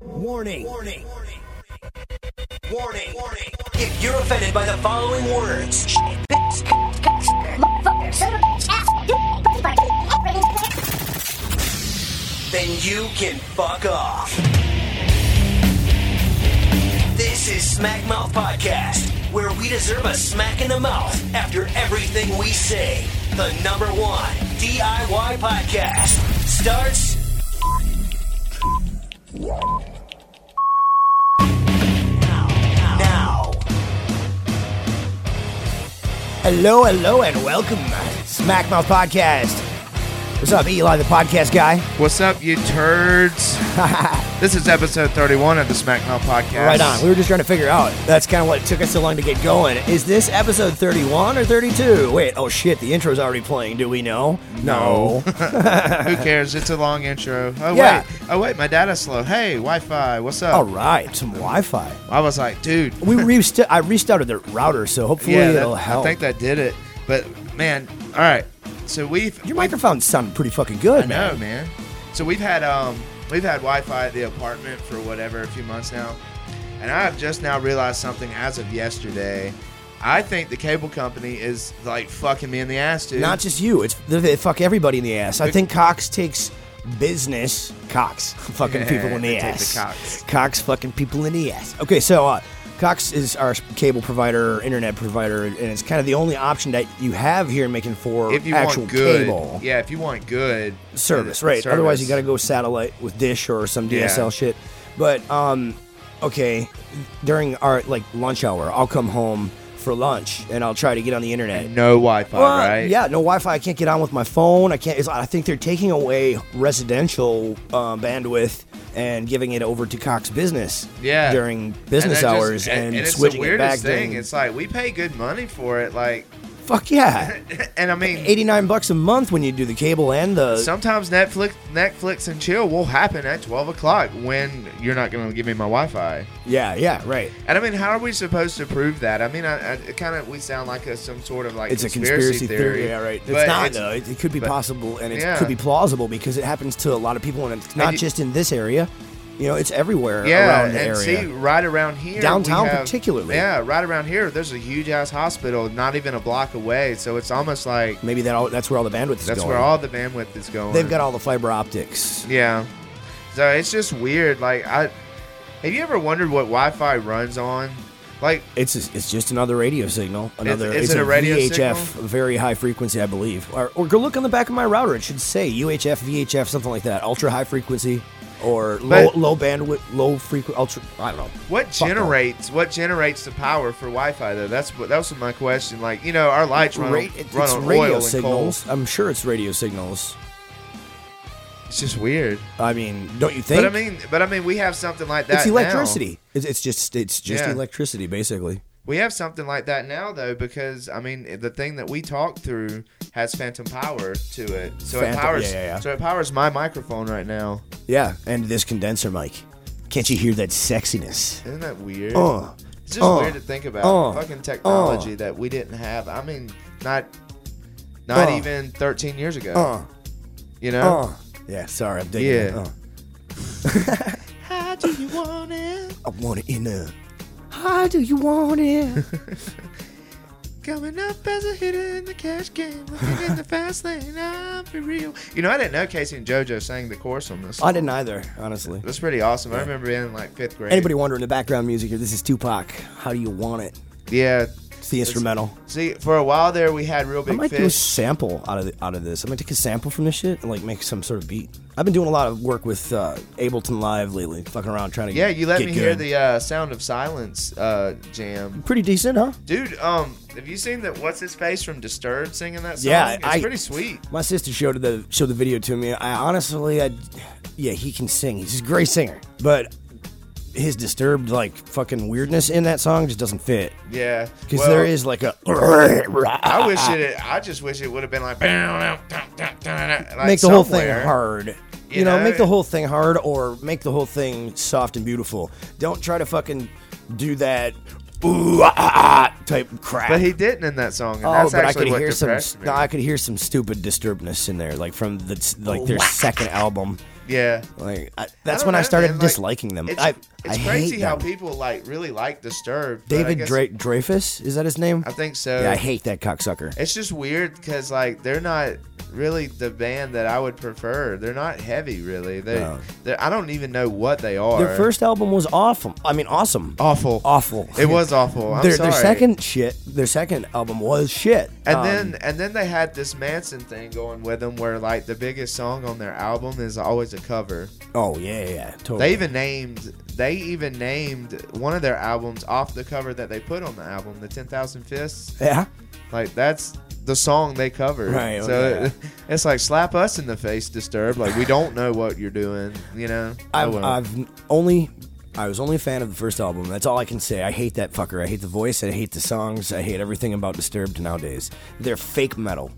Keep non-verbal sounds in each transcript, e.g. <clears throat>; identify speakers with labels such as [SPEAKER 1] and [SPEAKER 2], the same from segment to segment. [SPEAKER 1] Warning. Warning. Warning. Warning. If you're offended by the following words, then you can fuck off. This is Smack Mouth Podcast, where we deserve a smack in the mouth after everything we say. The number one DIY podcast starts now.
[SPEAKER 2] Hello, hello, and welcome to Smack Mouth Podcast. What's up, Eli, the podcast guy?
[SPEAKER 3] What's up,
[SPEAKER 2] <laughs>
[SPEAKER 3] you turds? this is episode 31 of the SmackDown podcast.
[SPEAKER 2] Right on. We were just trying to figure out. That's kind of what took us so long to get going. Is this episode 31 or 32? Wait, oh shit, the intro's already playing. Do we know?
[SPEAKER 3] No. <laughs> Who cares? It's a long intro. Oh,
[SPEAKER 2] Yeah.
[SPEAKER 3] wait. Oh, wait. My data's slow. Hey, Wi Fi, what's up?
[SPEAKER 2] All right, some Wi Fi.
[SPEAKER 3] I was like, dude.
[SPEAKER 2] We rest- I restarted the router, so hopefully
[SPEAKER 3] Yeah, that-
[SPEAKER 2] it'll
[SPEAKER 3] I
[SPEAKER 2] help.
[SPEAKER 3] think that did it. But, man, all right. So we've.
[SPEAKER 2] Your
[SPEAKER 3] we've-
[SPEAKER 2] microphone sounded pretty fucking good,
[SPEAKER 3] I
[SPEAKER 2] man.
[SPEAKER 3] know, man. So we've had um we've had Wi-Fi at the apartment for whatever a few months now, and I have just now realized something as of yesterday. I think the cable company is like fucking me in the ass, dude.
[SPEAKER 2] Not just you. It's they, they fuck everybody in the ass. I think Cox takes business. Cox <laughs> fucking
[SPEAKER 3] Yeah,
[SPEAKER 2] people in the
[SPEAKER 3] they take the
[SPEAKER 2] ass.
[SPEAKER 3] Cox.
[SPEAKER 2] Cox fucking people in the ass. Okay, so uh, Cox is our cable provider, internet provider, and it's kind of the only option that you have here in Macon for
[SPEAKER 3] if you
[SPEAKER 2] actual
[SPEAKER 3] want good,
[SPEAKER 2] cable
[SPEAKER 3] yeah, if you want good
[SPEAKER 2] service, right? Otherwise, you got to
[SPEAKER 3] service.
[SPEAKER 2] go satellite with Dish or some
[SPEAKER 3] Yeah.
[SPEAKER 2] DSL shit. But um, okay, during our like lunch hour, I'll come home for lunch and I'll try to get on the internet.
[SPEAKER 3] no Wi-Fi,
[SPEAKER 2] Well,
[SPEAKER 3] right?
[SPEAKER 2] Yeah, no Wi-Fi. I can't get on with my phone. I can't. It's, I think they're taking away residential uh, bandwidth and giving it over to Cox Business.
[SPEAKER 3] yeah.
[SPEAKER 2] During
[SPEAKER 3] And
[SPEAKER 2] business
[SPEAKER 3] that just-
[SPEAKER 2] hours and,
[SPEAKER 3] it's
[SPEAKER 2] switching
[SPEAKER 3] the
[SPEAKER 2] it back.
[SPEAKER 3] weirdest thing.
[SPEAKER 2] during-
[SPEAKER 3] It's like we pay good money for it, like,
[SPEAKER 2] fuck
[SPEAKER 3] <laughs>
[SPEAKER 2] yeah,
[SPEAKER 3] and I mean,
[SPEAKER 2] eighty-nine bucks a month when you do the cable and the.
[SPEAKER 3] Sometimes Netflix, Netflix and chill will happen at twelve o'clock when you're not going to give me my Wi-Fi.
[SPEAKER 2] yeah, yeah, right.
[SPEAKER 3] And I mean, how are we supposed to prove that? I mean, I, I kind of we sound like a, some sort of like
[SPEAKER 2] It's
[SPEAKER 3] conspiracy
[SPEAKER 2] a conspiracy theory. Yeah, right. It's
[SPEAKER 3] but
[SPEAKER 2] not
[SPEAKER 3] it's-
[SPEAKER 2] though. It, it could be
[SPEAKER 3] but-
[SPEAKER 2] possible and it
[SPEAKER 3] yeah.
[SPEAKER 2] could be plausible because it happens to a lot of people and it's not
[SPEAKER 3] you-
[SPEAKER 2] just in this area. You know, it's everywhere
[SPEAKER 3] Yeah,
[SPEAKER 2] around the
[SPEAKER 3] and
[SPEAKER 2] area.
[SPEAKER 3] see, right around here, we
[SPEAKER 2] Downtown
[SPEAKER 3] have-
[SPEAKER 2] particularly.
[SPEAKER 3] Yeah, right around here, there's a huge ass hospital, not even a block away. So it's almost like
[SPEAKER 2] Maybe that all, that's where all the bandwidth is
[SPEAKER 3] that's
[SPEAKER 2] going.
[SPEAKER 3] where all the bandwidth is going.
[SPEAKER 2] They've got all the fiber optics.
[SPEAKER 3] Yeah. So it's just weird. Like I, have you ever wondered what Wi-Fi runs on? Like
[SPEAKER 2] It's it's just another radio signal. Another
[SPEAKER 3] is it a radio
[SPEAKER 2] VHF,
[SPEAKER 3] signal?
[SPEAKER 2] very high frequency, I believe. Or, or go look on the back of my router. It should say UHF, VHF, something like that. Ultra high frequency or
[SPEAKER 3] But-
[SPEAKER 2] low low bandwidth, low frequency. Ultra. I don't know.
[SPEAKER 3] What
[SPEAKER 2] Fuck that.
[SPEAKER 3] generates what generates the power for Wi-Fi though? That's what that was my question. Like you know, our lights run,
[SPEAKER 2] Ra-
[SPEAKER 3] on,
[SPEAKER 2] it's
[SPEAKER 3] run
[SPEAKER 2] it's
[SPEAKER 3] on
[SPEAKER 2] radio
[SPEAKER 3] oil and
[SPEAKER 2] signals. I'm sure it's radio signals.
[SPEAKER 3] coal. It's just weird.
[SPEAKER 2] I mean, don't you think?
[SPEAKER 3] But I mean, but I mean, we have something like that.
[SPEAKER 2] it's
[SPEAKER 3] now.
[SPEAKER 2] electricity. It's, it's just it's just
[SPEAKER 3] Yeah.
[SPEAKER 2] electricity, basically.
[SPEAKER 3] We have something like that now though, because I mean, the thing that we talk through has phantom power to it, so it
[SPEAKER 2] Phantom-
[SPEAKER 3] powers.
[SPEAKER 2] yeah, yeah, yeah.
[SPEAKER 3] So it powers my microphone right now.
[SPEAKER 2] Yeah, and this condenser mic. Can't you hear that sexiness?
[SPEAKER 3] Isn't that weird?
[SPEAKER 2] Uh,
[SPEAKER 3] it's just
[SPEAKER 2] uh,
[SPEAKER 3] weird to think about
[SPEAKER 2] uh,
[SPEAKER 3] fucking technology that we didn't have. I mean, not not
[SPEAKER 2] Uh,
[SPEAKER 3] even 13 years ago.
[SPEAKER 2] Uh,
[SPEAKER 3] you know.
[SPEAKER 2] uh. Yeah, sorry, I'm digging it.
[SPEAKER 3] Yeah.
[SPEAKER 2] Uh.
[SPEAKER 3] How do you want it?
[SPEAKER 2] I want it in a. How do you want it?
[SPEAKER 3] Coming up as a hitter in the cash game, looking in the fast lane, I'm for real. You know, I didn't know Casey and JoJo sang the chorus on
[SPEAKER 2] <laughs>
[SPEAKER 3] this.
[SPEAKER 2] I
[SPEAKER 3] Song.
[SPEAKER 2] didn't either, honestly.
[SPEAKER 3] That's pretty awesome. I remember being in like fifth grade.
[SPEAKER 2] Anybody wondering the background music here? This is Tupac. How do you want it?
[SPEAKER 3] Yeah.
[SPEAKER 2] It's the instrumental.
[SPEAKER 3] See, for a while there, we had real
[SPEAKER 2] I
[SPEAKER 3] big
[SPEAKER 2] might do a
[SPEAKER 3] fish.
[SPEAKER 2] sample out of the, out of this. I might take a sample from this shit and like make some sort of beat. I've been doing a lot of work with uh, Ableton Live lately, fucking around trying to
[SPEAKER 3] yeah, you let
[SPEAKER 2] get
[SPEAKER 3] me
[SPEAKER 2] good.
[SPEAKER 3] hear the uh, sound of silence uh, jam,
[SPEAKER 2] pretty decent, huh?
[SPEAKER 3] dude. Um, have you seen that? What's his face from Disturbed singing that song?
[SPEAKER 2] Yeah,
[SPEAKER 3] it's
[SPEAKER 2] I-
[SPEAKER 3] pretty sweet.
[SPEAKER 2] My sister showed the showed the video to me. I honestly, I yeah, he can sing. He's a great singer, but his disturbed like fucking weirdness in that song just doesn't fit.
[SPEAKER 3] Yeah,
[SPEAKER 2] Because
[SPEAKER 3] well,
[SPEAKER 2] there is like a.
[SPEAKER 3] I wish it. I just wish it would have been like,
[SPEAKER 2] <laughs>
[SPEAKER 3] like
[SPEAKER 2] make the whole thing
[SPEAKER 3] somewhere.
[SPEAKER 2] hard. You,
[SPEAKER 3] You
[SPEAKER 2] know,
[SPEAKER 3] know?
[SPEAKER 2] make the whole thing hard or make the whole thing soft and beautiful. Don't try to fucking do that ooh ah, ah, ah, type crap.
[SPEAKER 3] But he didn't in that song. And
[SPEAKER 2] oh,
[SPEAKER 3] that's
[SPEAKER 2] but I
[SPEAKER 3] actually
[SPEAKER 2] could
[SPEAKER 3] what
[SPEAKER 2] hear some.
[SPEAKER 3] depressed me.
[SPEAKER 2] No, I could hear some stupid disturbedness in there, like from the like their second album.
[SPEAKER 3] Yeah.
[SPEAKER 2] Like I, that's
[SPEAKER 3] don't
[SPEAKER 2] when I
[SPEAKER 3] know,
[SPEAKER 2] started
[SPEAKER 3] man, like,
[SPEAKER 2] disliking them.
[SPEAKER 3] It's,
[SPEAKER 2] Um, I,
[SPEAKER 3] it's
[SPEAKER 2] I
[SPEAKER 3] crazy
[SPEAKER 2] hate
[SPEAKER 3] how
[SPEAKER 2] them.
[SPEAKER 3] people like really like Disturbed. but I
[SPEAKER 2] David
[SPEAKER 3] guess-
[SPEAKER 2] Dra- Dreyfus is that his name?
[SPEAKER 3] I think so.
[SPEAKER 2] yeah, I hate that cocksucker.
[SPEAKER 3] It's just weird because like they're not really the band that I would prefer. They're not heavy really. They,
[SPEAKER 2] No.
[SPEAKER 3] they're I don't even know what they are.
[SPEAKER 2] Their first album was awful. I mean, awesome.
[SPEAKER 3] awful,
[SPEAKER 2] Awful.
[SPEAKER 3] It was awful. Oh, I'm
[SPEAKER 2] their,
[SPEAKER 3] sorry.
[SPEAKER 2] their second shit. Their second album was shit.
[SPEAKER 3] And
[SPEAKER 2] Um,
[SPEAKER 3] then and then they had this Manson thing going with them, where like the biggest song on their album is always a cover.
[SPEAKER 2] oh yeah, yeah, yeah, totally.
[SPEAKER 3] They even named they even named one of their albums off the cover that they put on the album, the Ten Thousand Fists.
[SPEAKER 2] yeah.
[SPEAKER 3] Like that's the song they covered.
[SPEAKER 2] Right, oh,
[SPEAKER 3] So
[SPEAKER 2] yeah.
[SPEAKER 3] it- <laughs> it's like slap us in the face, disturbed. Like we don't know what you're doing. You know. I
[SPEAKER 2] I've,
[SPEAKER 3] will.
[SPEAKER 2] I've only I was only a fan of the first album. That's all I can say. I hate that fucker. I hate the voice. I hate the songs. I hate everything about Disturbed nowadays. They're fake metal.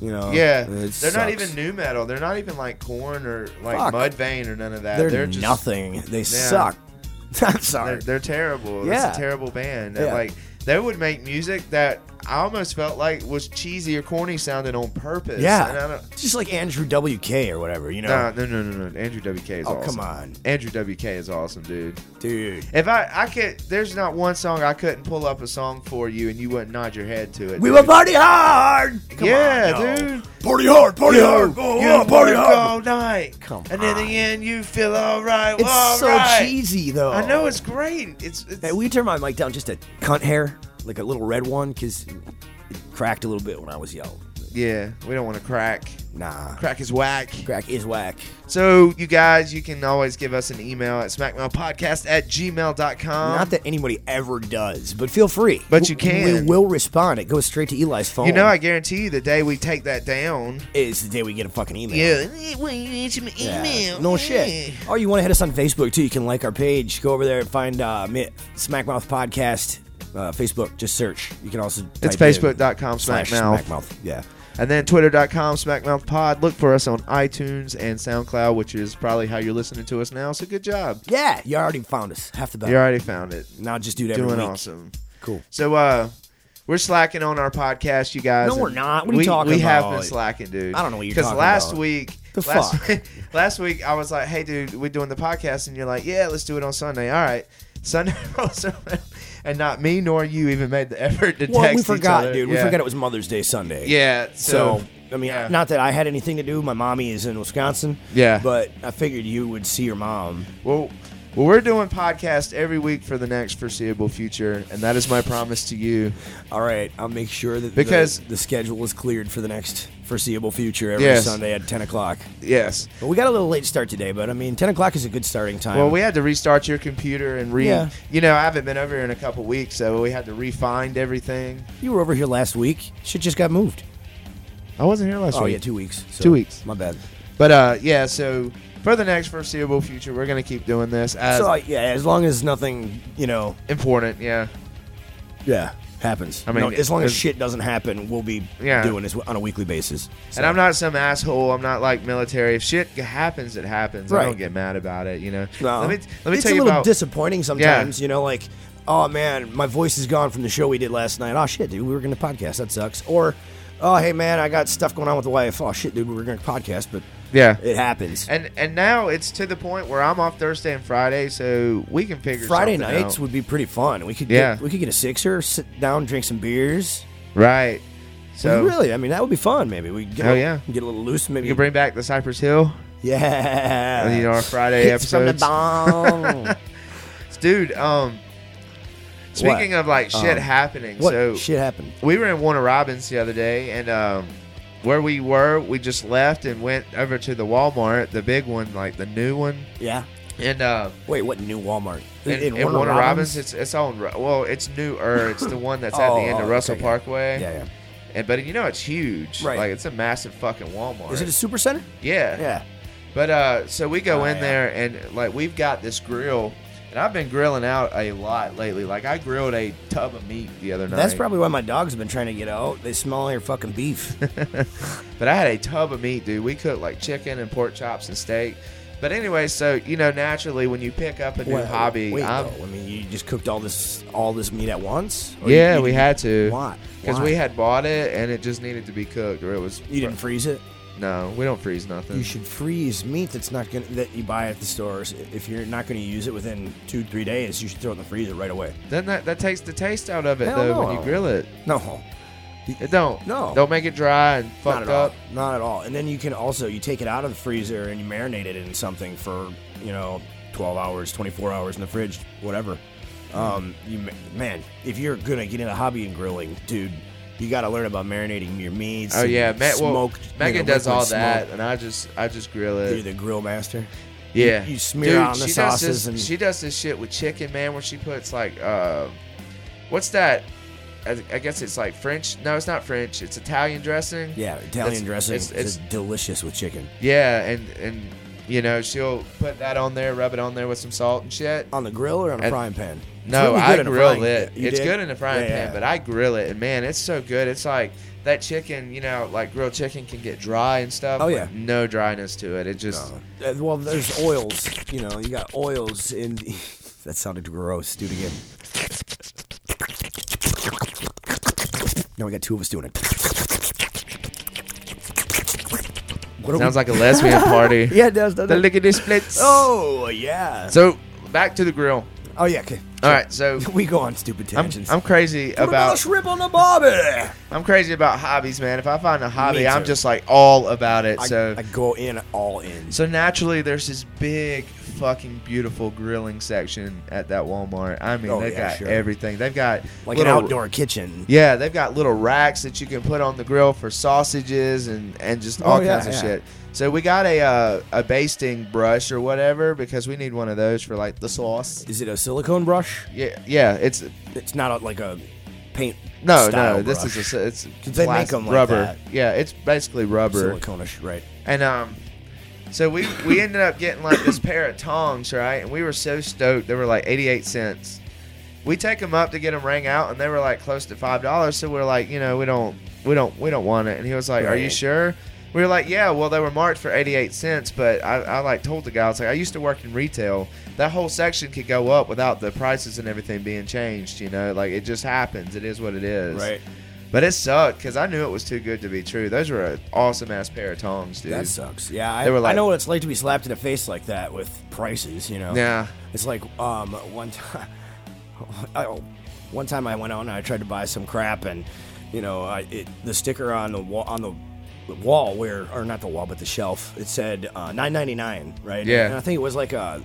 [SPEAKER 2] You know.
[SPEAKER 3] yeah,
[SPEAKER 2] It
[SPEAKER 3] they're
[SPEAKER 2] sucks.
[SPEAKER 3] not even new metal. They're not even like corn or like
[SPEAKER 2] Fuck.
[SPEAKER 3] Mudvayne or none of that.
[SPEAKER 2] They're,
[SPEAKER 3] just
[SPEAKER 2] nothing. They suck. <laughs> I'm
[SPEAKER 3] They're,
[SPEAKER 2] sorry.
[SPEAKER 3] they're terrible.
[SPEAKER 2] Yeah.
[SPEAKER 3] It's a terrible band. That,
[SPEAKER 2] Yeah.
[SPEAKER 3] Like they would make music that I almost felt like was cheesy or corny sounding on purpose. And I
[SPEAKER 2] yeah.
[SPEAKER 3] don't,
[SPEAKER 2] Just like Andrew WK or whatever. You know.
[SPEAKER 3] no, no, no, no, no. Andrew WK is
[SPEAKER 2] Oh,
[SPEAKER 3] awesome.
[SPEAKER 2] come on.
[SPEAKER 3] Andrew WK is awesome, dude.
[SPEAKER 2] Dude.
[SPEAKER 3] If I I could, there's not one song I couldn't pull up a song for you and you wouldn't nod your head to it.
[SPEAKER 2] We
[SPEAKER 3] dude.
[SPEAKER 2] will party hard. Come
[SPEAKER 3] Yeah,
[SPEAKER 2] on, no.
[SPEAKER 3] dude.
[SPEAKER 2] Party hard. Party
[SPEAKER 3] You-
[SPEAKER 2] hard. Oh,
[SPEAKER 3] you
[SPEAKER 2] oh, party
[SPEAKER 3] work
[SPEAKER 2] hard.
[SPEAKER 3] all night,
[SPEAKER 2] Come
[SPEAKER 3] and in
[SPEAKER 2] on.
[SPEAKER 3] the end you feel all right.
[SPEAKER 2] It's
[SPEAKER 3] all
[SPEAKER 2] so
[SPEAKER 3] right.
[SPEAKER 2] cheesy though.
[SPEAKER 3] I know it's great. It's, it's
[SPEAKER 2] Hey, will you turn my mic down just a cunt hair? Like a little red one? Because it cracked a little bit when I was young.
[SPEAKER 3] yeah. We don't want to crack.
[SPEAKER 2] Nah.
[SPEAKER 3] Crack is whack.
[SPEAKER 2] Crack is whack.
[SPEAKER 3] So, you guys, you can always give us an email at smackmouthpodcast at gmail.com.
[SPEAKER 2] Not that anybody ever does, but feel free.
[SPEAKER 3] Um, But you
[SPEAKER 2] We
[SPEAKER 3] can.
[SPEAKER 2] will respond. It goes straight to Eli's phone.
[SPEAKER 3] you know, I guarantee you the day we take that down.
[SPEAKER 2] It's the day we get a fucking email.
[SPEAKER 3] Yeah. Well, you answer my
[SPEAKER 2] Yeah.
[SPEAKER 3] email.
[SPEAKER 2] No
[SPEAKER 3] Yeah.
[SPEAKER 2] shit. Or you want to hit us on Facebook too? You can like our page. Go over there and find uh, Mi- Smackmouth Podcast uh, Facebook. Just search. You can also
[SPEAKER 3] It's
[SPEAKER 2] type in
[SPEAKER 3] facebook.com
[SPEAKER 2] slash
[SPEAKER 3] smackmouth.
[SPEAKER 2] Smackmouth. Yeah.
[SPEAKER 3] And then twitter.com smackmouthpod. Look for us on iTunes and SoundCloud, which is probably how you're listening to us now. So, good job.
[SPEAKER 2] Yeah. You already found us. Half the battle.
[SPEAKER 3] You already found it.
[SPEAKER 2] now just do that every
[SPEAKER 3] Doing
[SPEAKER 2] week.
[SPEAKER 3] awesome.
[SPEAKER 2] Cool.
[SPEAKER 3] So, uh, we're slacking on our podcast, you guys.
[SPEAKER 2] No,
[SPEAKER 3] and
[SPEAKER 2] we're not. What are you
[SPEAKER 3] we,
[SPEAKER 2] talking
[SPEAKER 3] We have
[SPEAKER 2] about?
[SPEAKER 3] been slacking, dude.
[SPEAKER 2] I don't know what you're talking
[SPEAKER 3] last
[SPEAKER 2] about.
[SPEAKER 3] week,
[SPEAKER 2] The
[SPEAKER 3] last,
[SPEAKER 2] fuck?
[SPEAKER 3] week- <laughs> last week I was like, "Hey, dude, we're doing the podcast," and you're like, "Yeah, let's do it on Sunday." All right, Sunday <laughs> rolls around, and not me nor you even made the effort to
[SPEAKER 2] Well,
[SPEAKER 3] text
[SPEAKER 2] we
[SPEAKER 3] each
[SPEAKER 2] forgot,
[SPEAKER 3] other.
[SPEAKER 2] dude.
[SPEAKER 3] Yeah.
[SPEAKER 2] We forgot it was Mother's Day Sunday.
[SPEAKER 3] Yeah.
[SPEAKER 2] So,
[SPEAKER 3] So,
[SPEAKER 2] I mean,
[SPEAKER 3] yeah.
[SPEAKER 2] not that I had anything to do. My mommy is in Wisconsin.
[SPEAKER 3] Yeah.
[SPEAKER 2] But I figured you would see your mom.
[SPEAKER 3] well, well, we're doing podcast every week for the next foreseeable future, and that is my promise to you.
[SPEAKER 2] All right, I'll make sure that the-
[SPEAKER 3] Because-
[SPEAKER 2] the, schedule is cleared for the next foreseeable future every
[SPEAKER 3] Yes.
[SPEAKER 2] Sunday at ten o'clock.
[SPEAKER 3] Yes.
[SPEAKER 2] But we got a little late start today. But I mean, ten o'clock is a good starting time.
[SPEAKER 3] Well, we had to restart your computer and re.
[SPEAKER 2] Yeah.
[SPEAKER 3] You know, I haven't been over here in a couple weeks, so we had to refind everything.
[SPEAKER 2] you were over here last week. Shit just got moved.
[SPEAKER 3] I wasn't here last
[SPEAKER 2] Oh
[SPEAKER 3] week.
[SPEAKER 2] yeah, two weeks. So,
[SPEAKER 3] Two weeks.
[SPEAKER 2] My bad.
[SPEAKER 3] But uh, yeah, so for the next foreseeable future, we're gonna keep doing this as
[SPEAKER 2] so I- yeah, as long as nothing, you know,
[SPEAKER 3] important. Yeah,
[SPEAKER 2] yeah, happens.
[SPEAKER 3] I mean,
[SPEAKER 2] No, as long as
[SPEAKER 3] it's-
[SPEAKER 2] shit doesn't happen, we'll be
[SPEAKER 3] Yeah.
[SPEAKER 2] doing this on a weekly basis. So-
[SPEAKER 3] and I'm not some asshole. I'm not like military. If shit happens, it happens. I
[SPEAKER 2] Right.
[SPEAKER 3] don't get mad about it. You know.
[SPEAKER 2] No.
[SPEAKER 3] Let me let me
[SPEAKER 2] it's
[SPEAKER 3] tell
[SPEAKER 2] a
[SPEAKER 3] you
[SPEAKER 2] little
[SPEAKER 3] about.
[SPEAKER 2] disappointing sometimes, you know, like, oh man, my voice is gone from the show we did last night. Oh shit, dude, we were gonna podcast. That sucks. Or, oh hey man, I got stuff going on with the wife. Oh shit, dude, we were gonna podcast, but
[SPEAKER 3] yeah.
[SPEAKER 2] it happens.
[SPEAKER 3] and and now it's to the point where I'm off Thursday and Friday, so we can figure
[SPEAKER 2] Friday
[SPEAKER 3] something
[SPEAKER 2] nights
[SPEAKER 3] out.
[SPEAKER 2] would be pretty fun. We could
[SPEAKER 3] Yeah.
[SPEAKER 2] get, we could get a sixer, sit down, drink some beers.
[SPEAKER 3] right. So
[SPEAKER 2] really, I mean, that would be fun. Maybe we could get
[SPEAKER 3] Oh,
[SPEAKER 2] a,
[SPEAKER 3] yeah.
[SPEAKER 2] get a little loose. Maybe
[SPEAKER 3] you can bring back the Cypress Hill.
[SPEAKER 2] yeah,
[SPEAKER 3] you
[SPEAKER 2] <laughs>
[SPEAKER 3] know, our Friday
[SPEAKER 2] Hits from the
[SPEAKER 3] episodes.
[SPEAKER 2] bomb.
[SPEAKER 3] <laughs> Dude, um, speaking of like shit
[SPEAKER 2] Um,
[SPEAKER 3] happening,
[SPEAKER 2] what
[SPEAKER 3] so
[SPEAKER 2] shit happened?
[SPEAKER 3] we were in Warner Robins the other day, and um, where we were, we just left and went over to the Walmart, the big one, like the new one,
[SPEAKER 2] Yeah.
[SPEAKER 3] and uh,
[SPEAKER 2] Wait, what new Walmart?
[SPEAKER 3] in, in Warner, Robins, it's it's on Ru- well, it's newer. It's the one that's
[SPEAKER 2] <laughs>
[SPEAKER 3] at
[SPEAKER 2] Oh,
[SPEAKER 3] the end
[SPEAKER 2] oh,
[SPEAKER 3] of Russell
[SPEAKER 2] okay, yeah.
[SPEAKER 3] Parkway.
[SPEAKER 2] Yeah, yeah.
[SPEAKER 3] And but you know it's huge,
[SPEAKER 2] Right.
[SPEAKER 3] Like it's a massive fucking Walmart.
[SPEAKER 2] Is it a super center?
[SPEAKER 3] yeah,
[SPEAKER 2] Yeah.
[SPEAKER 3] But uh, so we go
[SPEAKER 2] Oh,
[SPEAKER 3] in
[SPEAKER 2] yeah.
[SPEAKER 3] there and like we've got this grill, and I've been grilling out a lot lately. Like I grilled a tub of meat the other night.
[SPEAKER 2] That's probably why my dogs have been trying to get out. They smell your fucking
[SPEAKER 3] <laughs>
[SPEAKER 2] beef.
[SPEAKER 3] But I had a tub of meat, dude. We cooked like chicken and pork chops and steak. But anyway, so you know, naturally, when you pick up a new hobby,
[SPEAKER 2] Wait,
[SPEAKER 3] I'm-
[SPEAKER 2] though. I mean, you just cooked all this all this meat at once? Or
[SPEAKER 3] yeah,
[SPEAKER 2] you- you
[SPEAKER 3] we
[SPEAKER 2] didn't-
[SPEAKER 3] had to
[SPEAKER 2] Why?
[SPEAKER 3] because
[SPEAKER 2] Why?
[SPEAKER 3] we had bought it and it just needed to be cooked, or it was
[SPEAKER 2] You didn't freeze it?
[SPEAKER 3] No, we don't freeze nothing.
[SPEAKER 2] You should freeze meat that's not gonna that you buy at the stores. If you're not gonna use it within two three days, you should throw it in the freezer right away.
[SPEAKER 3] Then that, that takes the taste out of it
[SPEAKER 2] Hell
[SPEAKER 3] though
[SPEAKER 2] no.
[SPEAKER 3] when you grill it.
[SPEAKER 2] No,
[SPEAKER 3] It don't.
[SPEAKER 2] No.
[SPEAKER 3] Don't make it dry and
[SPEAKER 2] not
[SPEAKER 3] fucked
[SPEAKER 2] at
[SPEAKER 3] up.
[SPEAKER 2] all. Not at all. And then you can also you take it out of the freezer and you marinate it in something for you know twelve hours, twenty four hours in the fridge, whatever. Um, you ma- man, if you're gonna get into hobby and grilling, dude, you got to learn about marinating your meats.
[SPEAKER 3] Oh
[SPEAKER 2] and
[SPEAKER 3] yeah, Ma- well,
[SPEAKER 2] smoked.
[SPEAKER 3] Megan
[SPEAKER 2] you know,
[SPEAKER 3] does all
[SPEAKER 2] liquid
[SPEAKER 3] that,
[SPEAKER 2] smoke.
[SPEAKER 3] and I just I just grill it.
[SPEAKER 2] You're the grill master.
[SPEAKER 3] yeah,
[SPEAKER 2] you smear
[SPEAKER 3] Dude,
[SPEAKER 2] on the
[SPEAKER 3] she Does
[SPEAKER 2] sauces
[SPEAKER 3] this,
[SPEAKER 2] and-
[SPEAKER 3] she does this shit with chicken, man. Where she puts like, uh, what's that? I, I guess it's like French. No, it's not French. It's Italian dressing.
[SPEAKER 2] Yeah, Italian
[SPEAKER 3] It's-
[SPEAKER 2] dressing
[SPEAKER 3] it's-
[SPEAKER 2] is
[SPEAKER 3] it's-
[SPEAKER 2] delicious with chicken.
[SPEAKER 3] Yeah, and and you know she'll put that on there, rub it on there with some salt and shit.
[SPEAKER 2] On the grill or on a
[SPEAKER 3] And-
[SPEAKER 2] frying pan? It's
[SPEAKER 3] No,
[SPEAKER 2] really
[SPEAKER 3] I
[SPEAKER 2] good in a
[SPEAKER 3] grill
[SPEAKER 2] frying-
[SPEAKER 3] it.
[SPEAKER 2] You
[SPEAKER 3] it's
[SPEAKER 2] did?
[SPEAKER 3] good in a
[SPEAKER 2] Yeah,
[SPEAKER 3] frying pan,
[SPEAKER 2] yeah.
[SPEAKER 3] but I grill it, and man, it's so good. It's like that chicken, you know, like grilled chicken can get dry and stuff.
[SPEAKER 2] Oh,
[SPEAKER 3] but
[SPEAKER 2] yeah.
[SPEAKER 3] no dryness to it. It just
[SPEAKER 2] Uh, well, there's oils. You know, you got oils in. The, <laughs> that sounded gross. Do it again. Now we got two of us doing it. What are
[SPEAKER 3] sounds like
[SPEAKER 2] <laughs>
[SPEAKER 3] a lesbian party.
[SPEAKER 2] we, yeah, it does. doesn't
[SPEAKER 3] The
[SPEAKER 2] it?
[SPEAKER 3] lickety splits.
[SPEAKER 2] Oh yeah.
[SPEAKER 3] So back to the grill.
[SPEAKER 2] Oh yeah. Okay.
[SPEAKER 3] All right, so
[SPEAKER 2] <laughs> We go on stupid
[SPEAKER 3] I'm,
[SPEAKER 2] tangents.
[SPEAKER 3] I'm crazy
[SPEAKER 2] Put another
[SPEAKER 3] about
[SPEAKER 2] shrimp on the barbie.
[SPEAKER 3] I'm crazy about hobbies, man. If I find a hobby,
[SPEAKER 2] Me
[SPEAKER 3] I'm
[SPEAKER 2] too.
[SPEAKER 3] just like all about it.
[SPEAKER 2] I,
[SPEAKER 3] so
[SPEAKER 2] I go in all in.
[SPEAKER 3] So naturally, there's this big, fucking beautiful grilling section at that Walmart. I mean,
[SPEAKER 2] Oh,
[SPEAKER 3] they've
[SPEAKER 2] yeah,
[SPEAKER 3] got
[SPEAKER 2] sure.
[SPEAKER 3] everything. They've got
[SPEAKER 2] like
[SPEAKER 3] little-
[SPEAKER 2] an outdoor kitchen.
[SPEAKER 3] Yeah, they've got little racks that you can put on the grill for sausages and and just all
[SPEAKER 2] Oh, yeah,
[SPEAKER 3] kinds of
[SPEAKER 2] yeah.
[SPEAKER 3] shit. So we got a uh, a basting brush or whatever because we need one of those for like the sauce.
[SPEAKER 2] Is it a silicone brush?
[SPEAKER 3] Yeah, yeah, it's
[SPEAKER 2] It's not a, like a paint.
[SPEAKER 3] no,
[SPEAKER 2] style
[SPEAKER 3] no. This
[SPEAKER 2] brush.
[SPEAKER 3] is a, s- it's
[SPEAKER 2] Did they make
[SPEAKER 3] plastic-
[SPEAKER 2] 'em like
[SPEAKER 3] rubber.
[SPEAKER 2] that?
[SPEAKER 3] Yeah, it's basically rubber.
[SPEAKER 2] silicone-ish, right?
[SPEAKER 3] And um, so we we ended up getting like this pair of tongs, right? And we were so stoked. They were like 88 cents. We take them up to get them rang out, and they were like close to five dollars. So we're like, you know, we don't we don't we don't want it. And he was like, Are you
[SPEAKER 2] Right.
[SPEAKER 3] sure? We were like, yeah, well, they were marked for 88 cents, but I, I like told the guy, I was like, I used to work in retail. That whole section could go up without the prices and everything being changed, you know? Like, it just happens. It is what it is.
[SPEAKER 2] Right.
[SPEAKER 3] But it sucked because I knew it was too good to be true. Those were an awesome ass pair of tongs, dude.
[SPEAKER 2] That sucks. Yeah, I,
[SPEAKER 3] They were like-
[SPEAKER 2] I know what it's like to be slapped in the face like that with prices. You know.
[SPEAKER 3] Yeah.
[SPEAKER 2] It's like um one time, <laughs> one time I went out and I tried to buy some crap and you know I it, the sticker on the wall on the wall where or not the wall but the shelf it said uh, nine ninety nine right
[SPEAKER 3] Yeah.
[SPEAKER 2] and I think it was like a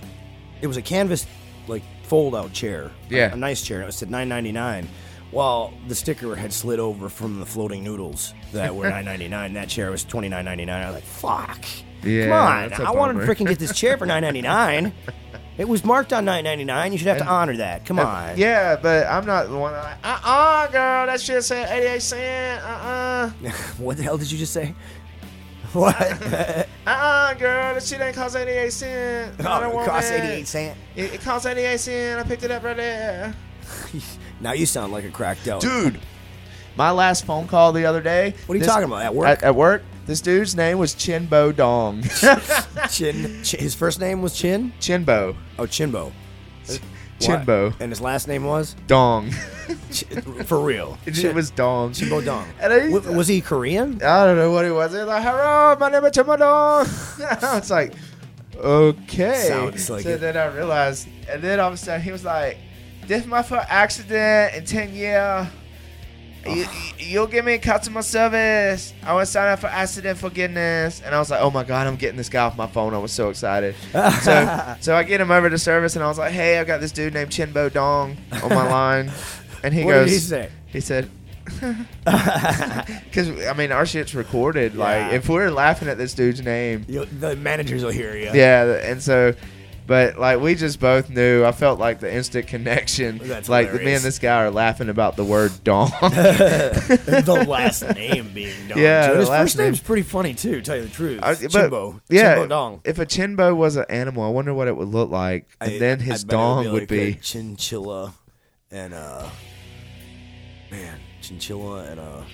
[SPEAKER 2] it was a canvas like fold out chair a-
[SPEAKER 3] Yeah.
[SPEAKER 2] a, nice chair and it said nine ninety nine. Well, the sticker had slid over from the floating noodles that
[SPEAKER 3] <laughs>
[SPEAKER 2] were nine ninety nine. That chair was twenty nine ninety nine. I was like, "Fuck!
[SPEAKER 3] Yeah,
[SPEAKER 2] Come on!
[SPEAKER 3] that's a
[SPEAKER 2] I wanted to
[SPEAKER 3] bummer.
[SPEAKER 2] freaking get this chair for nine ninety
[SPEAKER 3] <laughs>
[SPEAKER 2] nine. It was marked on nine ninety nine. You should have to honor that. Come on.
[SPEAKER 3] Yeah, but I'm not the one. Like, uh uh girl, that shit said 88 cent. Uh uh-uh.
[SPEAKER 2] <laughs> what the hell did you just say? <laughs> What?
[SPEAKER 3] uh. Uh girl, that shit ain't cost 88 cent. I
[SPEAKER 2] <laughs>
[SPEAKER 3] don't
[SPEAKER 2] oh, it
[SPEAKER 3] want
[SPEAKER 2] costs
[SPEAKER 3] that.
[SPEAKER 2] eighty eight cent.
[SPEAKER 3] It, it costs 88 cent. I picked it up right there.
[SPEAKER 2] now you sound like a cracked out.
[SPEAKER 3] Dude, my last phone call the other day.
[SPEAKER 2] What are you
[SPEAKER 3] this-
[SPEAKER 2] talking about? At work?
[SPEAKER 3] At, at work, this dude's name was Chinbo
[SPEAKER 2] <laughs>
[SPEAKER 3] Dong.
[SPEAKER 2] <laughs> Chin, Chin- His first name was Chin.
[SPEAKER 3] Chinbo.
[SPEAKER 2] Oh, Chinbo.
[SPEAKER 3] Chinbo.
[SPEAKER 2] What? And his last name was
[SPEAKER 3] Dong.
[SPEAKER 2] Ch- for real.
[SPEAKER 3] <laughs> it
[SPEAKER 2] Chin-
[SPEAKER 3] was Dong.
[SPEAKER 2] Chinbo Dong.
[SPEAKER 3] <laughs> And I-
[SPEAKER 2] W- was he Korean?
[SPEAKER 3] I don't know what it was. It was like, hello, my name is <laughs> Chimodong. it's like, okay.
[SPEAKER 2] Sounds like
[SPEAKER 3] so
[SPEAKER 2] it.
[SPEAKER 3] then I realized, and then all of a sudden he was like, this my first accident in 10 years. You, you'll give me customer service. I want to sign up for accident forgiveness. And I was like, oh my God, I'm getting this guy off my phone. I was
[SPEAKER 2] <laughs>
[SPEAKER 3] so excited. so, so I get him over to service and I was like, hey, I've got this dude named Chinbo Dong
[SPEAKER 2] <laughs>
[SPEAKER 3] on my line. And he
[SPEAKER 2] what
[SPEAKER 3] goes,
[SPEAKER 2] did he say?
[SPEAKER 3] he <laughs> said, because I mean, our shit's recorded. Like,
[SPEAKER 2] Yeah.
[SPEAKER 3] if we're laughing at this dude's name,
[SPEAKER 2] You, the managers will hear you.
[SPEAKER 3] yeah. And so, but like, we just both knew. I felt like the instant connection.
[SPEAKER 2] That's
[SPEAKER 3] like, me
[SPEAKER 2] hilarious.
[SPEAKER 3] and this guy are laughing about the word <laughs> dong.
[SPEAKER 2] <laughs> <laughs> the last name being Dong.
[SPEAKER 3] Yeah,
[SPEAKER 2] too.
[SPEAKER 3] the
[SPEAKER 2] his
[SPEAKER 3] last
[SPEAKER 2] first
[SPEAKER 3] name.
[SPEAKER 2] name's pretty funny too. Tell you the truth,
[SPEAKER 3] I- but,
[SPEAKER 2] Chimbo.
[SPEAKER 3] Yeah.
[SPEAKER 2] Chimbo Dong.
[SPEAKER 3] If a chinbo was an animal, I wonder what it would look like. And
[SPEAKER 2] I-
[SPEAKER 3] then
[SPEAKER 2] I
[SPEAKER 3] his
[SPEAKER 2] bet it
[SPEAKER 3] dong
[SPEAKER 2] like
[SPEAKER 3] would be.
[SPEAKER 2] a chinchilla and a man, chinchilla and a